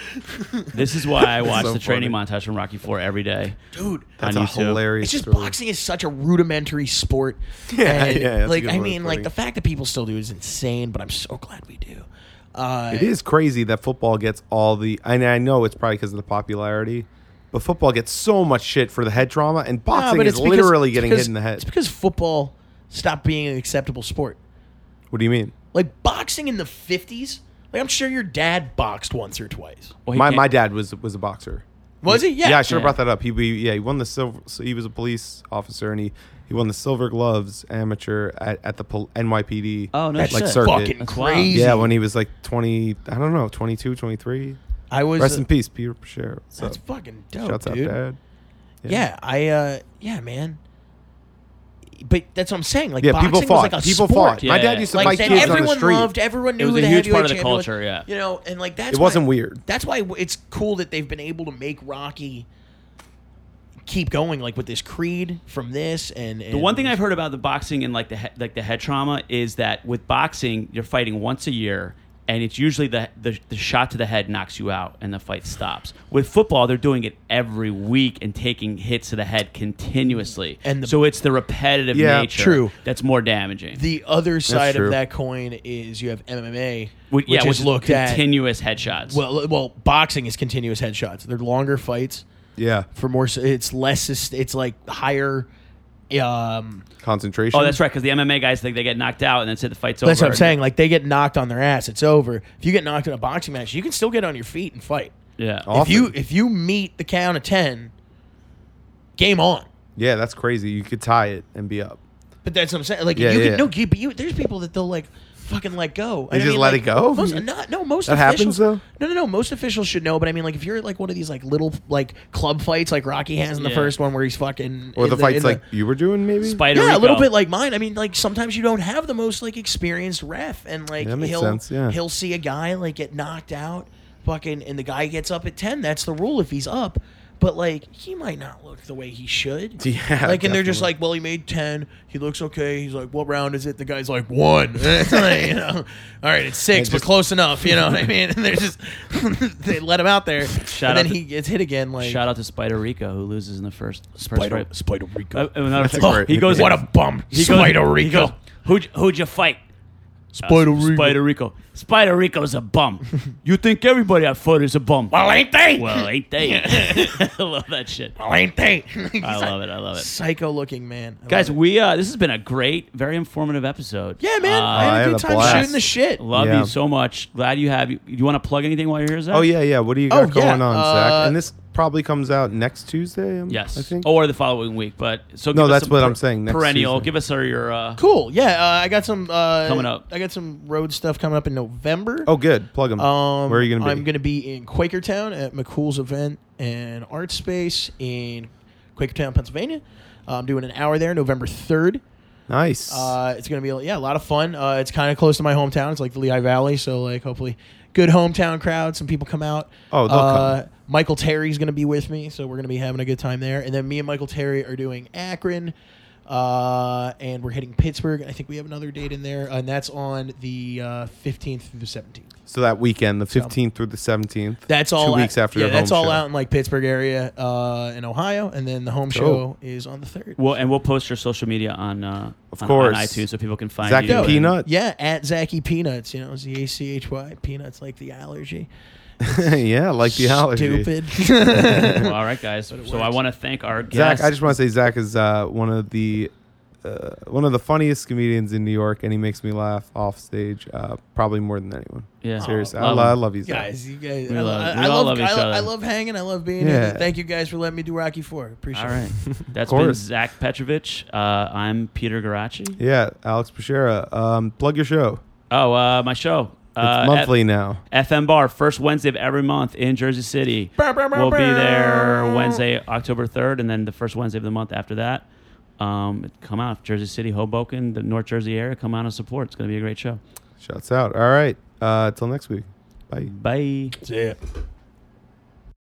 H: this is why I watch
I: so
H: the training
I: funny.
H: montage from Rocky Four every day.
G: dude,
I: That's
H: on
I: a
H: YouTube.
I: hilarious.
G: It's just
I: story.
G: boxing is such a rudimentary sport.
I: Yeah,
G: And,
I: yeah, that's a
G: Like
I: good
G: I
I: word
G: mean,
I: for
G: like
I: it.
G: the fact that people still do is insane, but I'm so glad we do. Uh,
I: It is crazy that football gets all the. And I know it's probably because of the popularity, but football gets so much shit for the head trauma, and
G: nah,
I: boxing
G: but
I: is
G: it's because-
I: literally getting
G: because-
I: hit in the
G: It's
I: head.
G: because football stopped being an acceptable sport.
I: What do you mean?
G: Like boxing in the '50s. Like I'm sure your dad boxed once or twice.
H: Well, he
I: My
H: can't-
I: my dad was was a boxer.
G: Was he? Yeah.
I: Yeah, I should have
H: Yeah.
I: brought that up. He, he yeah he won the silver. So he was a police officer, and he he won the Silver Gloves amateur at, at the pol- NYPD.
H: Oh, no
I: like
H: shit.
I: circuit.
G: fucking
H: That's wild.
G: crazy.
I: Yeah, when he was like 20, I don't know, 22, 23.
G: I was.
I: Rest in peace, Peter Pasher. So,
G: that's fucking dope,
I: shouts out,
G: dude.
I: Dad.
G: Yeah, I uh yeah, man. But that's what I'm saying. Like
I: Yeah,
G: boxing
I: people fought.
G: was like a
I: people
G: sport.
I: fought. My dad
H: Yeah.
I: used to
G: Like
I: fight
G: that
I: kids on the
G: everyone
I: street.
G: loved, everyone knew
H: was
G: who
H: a
G: the
H: huge
G: heavyweight
H: part of the
G: champion was,
H: culture, yeah.
G: you know, and like that's
I: It wasn't
G: why-
I: weird.
G: That's why w- it's cool that they've been able to make Rocky keep going, like with this creed from this and,
H: The one thing I've heard about the boxing and like the he- like the head trauma is that with boxing you're fighting once a year and it's usually the, the the shot to the head knocks you out and the fight stops. With football they're doing it every week and taking hits to the head continuously.
G: And the-
H: so it's the repetitive
I: Yeah,
H: nature
G: true.
H: that's more damaging.
G: the other side
I: true.
G: of that coin is you have MMA,
H: Which-
G: which
H: yeah,
G: is
H: which
G: looked at.
H: continuous headshots.
G: Well, well, boxing is continuous headshots. They're longer fights.
I: Yeah,
G: for more. It's less. sus- It's like higher. Um,
I: concentration.
H: oh, that's right, because the MMA guys think they get knocked out and that's it. The fight's over.
G: that's what I'm saying. Like they get knocked on their ass. It's over. If you get knocked in a boxing match, you can still get on your feet and fight.
H: Yeah.
I: Often.
G: If you if you meet the count of ten, game on.
I: Yeah, that's crazy. You could tie it and be up.
G: But that's what I'm saying. Like
I: Yeah,
G: you
I: yeah,
G: can
I: yeah.
G: no, you, but you there's people that they'll like fucking let go.
I: They just let
G: like,
I: it go?
G: Most, not, no, most
I: That
G: officials,
I: happens, though?
G: No, no, no. Most officials should know. But I mean, like if you're at like one of these like little like club fights, like Rocky has in the
H: Yeah.
G: first one, where he's fucking
I: Or
G: in
I: the fights
G: in
I: like you were doing, maybe.
H: Spider
G: yeah, a little
H: Rico.
G: bit like mine. I mean, like sometimes you don't have the most like experienced ref, and like
I: That makes
G: he'll
I: sense, yeah.
G: he'll see a guy like get knocked out, fucking, and the guy gets up at ten. That's the rule if he's up, but like he might not look the way he should.
I: Yeah,
G: like, and they're just
I: definitely.
G: like, well, he made ten. He looks okay. He's like, what round is it? The guy's like, one. you know, all right, it's six, but
I: just-
G: close enough. You know what I mean? And they're just they let him out there,
H: Shout
G: and
H: out
G: then
H: to-
G: he gets hit again. Like
H: Shout out to Spider Rico who loses in the first first
G: Spider,
H: fight.
G: Spider Rico.
H: Uh, another
I: That's a
H: fight.
I: great-
H: he goes.
G: what a bum,
H: he goes-
G: Spider
H: he
G: Rico.
H: goes, who'd who'd you fight?
G: Spider
H: Uh,
G: Rico.
H: Spider Rico. Spider Rico's a bum. you think everybody I fought is a bum?
G: Well, ain't they?
H: well, ain't they? I love that shit.
G: well, ain't they?
H: I love it. I love it.
G: Psycho looking man. I
H: Guys,
G: love it.
H: we uh, this has been a great, very informative episode.
G: yeah, man. I
H: Uh,
I: I
G: had a
I: had
G: good
I: a
G: time
I: blast.
G: shooting the shit.
H: love
I: Yeah.
H: you so much. Glad you have. You, you want to plug anything while you're here, Zach?
I: Oh yeah, yeah. What do you
G: Oh,
I: got
G: yeah,
I: going on,
G: uh, Oh,
I: Zach? And this probably comes out next Tuesday. um,
H: Yes.
I: I think.
H: Or the following week, but so give
I: No,
H: us
I: that's
H: some
I: what I'm saying, next
H: perennial.
I: Tuesday.
H: Give us our your. Uh,
G: Cool. Yeah, uh, I got some uh,
H: Coming up.
G: I got some road stuff coming up in November.
I: Oh, good. Plug them.
G: Um,
I: Where are you gonna be?
G: I'm going to be in Quakertown at McCool's event and art space in Quakertown, Pennsylvania. Uh, I'm doing an hour there, November 3rd.
I: nice.
G: Uh, it's gonna be yeah a lot of fun. Uh, it's kind of close to my hometown. It's like the Lehigh Valley, so like hopefully good hometown crowd. Some people come out.
I: Oh, they'll
G: uh,
I: come.
G: Michael Terry's gonna be with me, so we're gonna be having a good time there. And then me and Michael Terry are doing Akron, uh, and we're hitting Pittsburgh. I think we have another date in there, and that's on the uh, fifteenth through the seventeenth.
I: so that weekend, the 15th through the 17th.
G: That's all
I: Two
G: out-
I: weeks after
G: Yeah,
I: your
G: that's
I: home
G: all
I: show.
G: out in like Pittsburgh area, uh, in Ohio, and then the home show
I: Cool.
G: is on the third.
H: Well, and we'll post your social media on, uh,
I: Of
H: on-
I: course.
H: on iTunes so people can find
I: Zach
H: you.
I: and
H: and-
I: Peanut.
G: yeah, at Zachy Peanuts, you know, it's the A C H Y peanuts like the allergy.
I: yeah, like the allergy.
G: Stupid.
H: Well, all right, guys. So I want to thank our
I: Zach,
H: guest.
I: I just want to say Zach is uh, one of the uh, one of the funniest comedians in New York, and he makes me laugh off stage uh, probably more than anyone.
H: Yeah.
I: seriously,
H: Oh,
I: I,
H: love
I: lo- I
H: him.
I: love you, Zach.
G: guys, you guys,
H: We
G: I,
H: love-
G: I,
H: we
G: I
H: all
G: love,
H: love each
G: I, lo-
H: other.
G: I love hanging. I love being
I: Yeah.
G: here. Thank you guys for letting me do Rocky Four. Appreciate
H: All
G: it.
H: right. That's been
I: course.
H: Zach Petrovich. Uh, I'm Peter Garacci.
I: Yeah, Alex Bashera. Um, plug your show.
H: Oh, uh, my show.
I: It's
H: Uh,
I: monthly now.
H: F- FM Bar, first Wednesday of every month in Jersey City.
G: Bow, bow, bow,
H: We'll be
G: bow.
H: there Wednesday, October 3rd, and then the first Wednesday of the month after that. Um, come out, Jersey City, Hoboken, the North Jersey area. Come out and support. It's going to be a great show.
I: Shouts out. All right. Uh, till next week. Bye.
H: Bye.
G: See ya.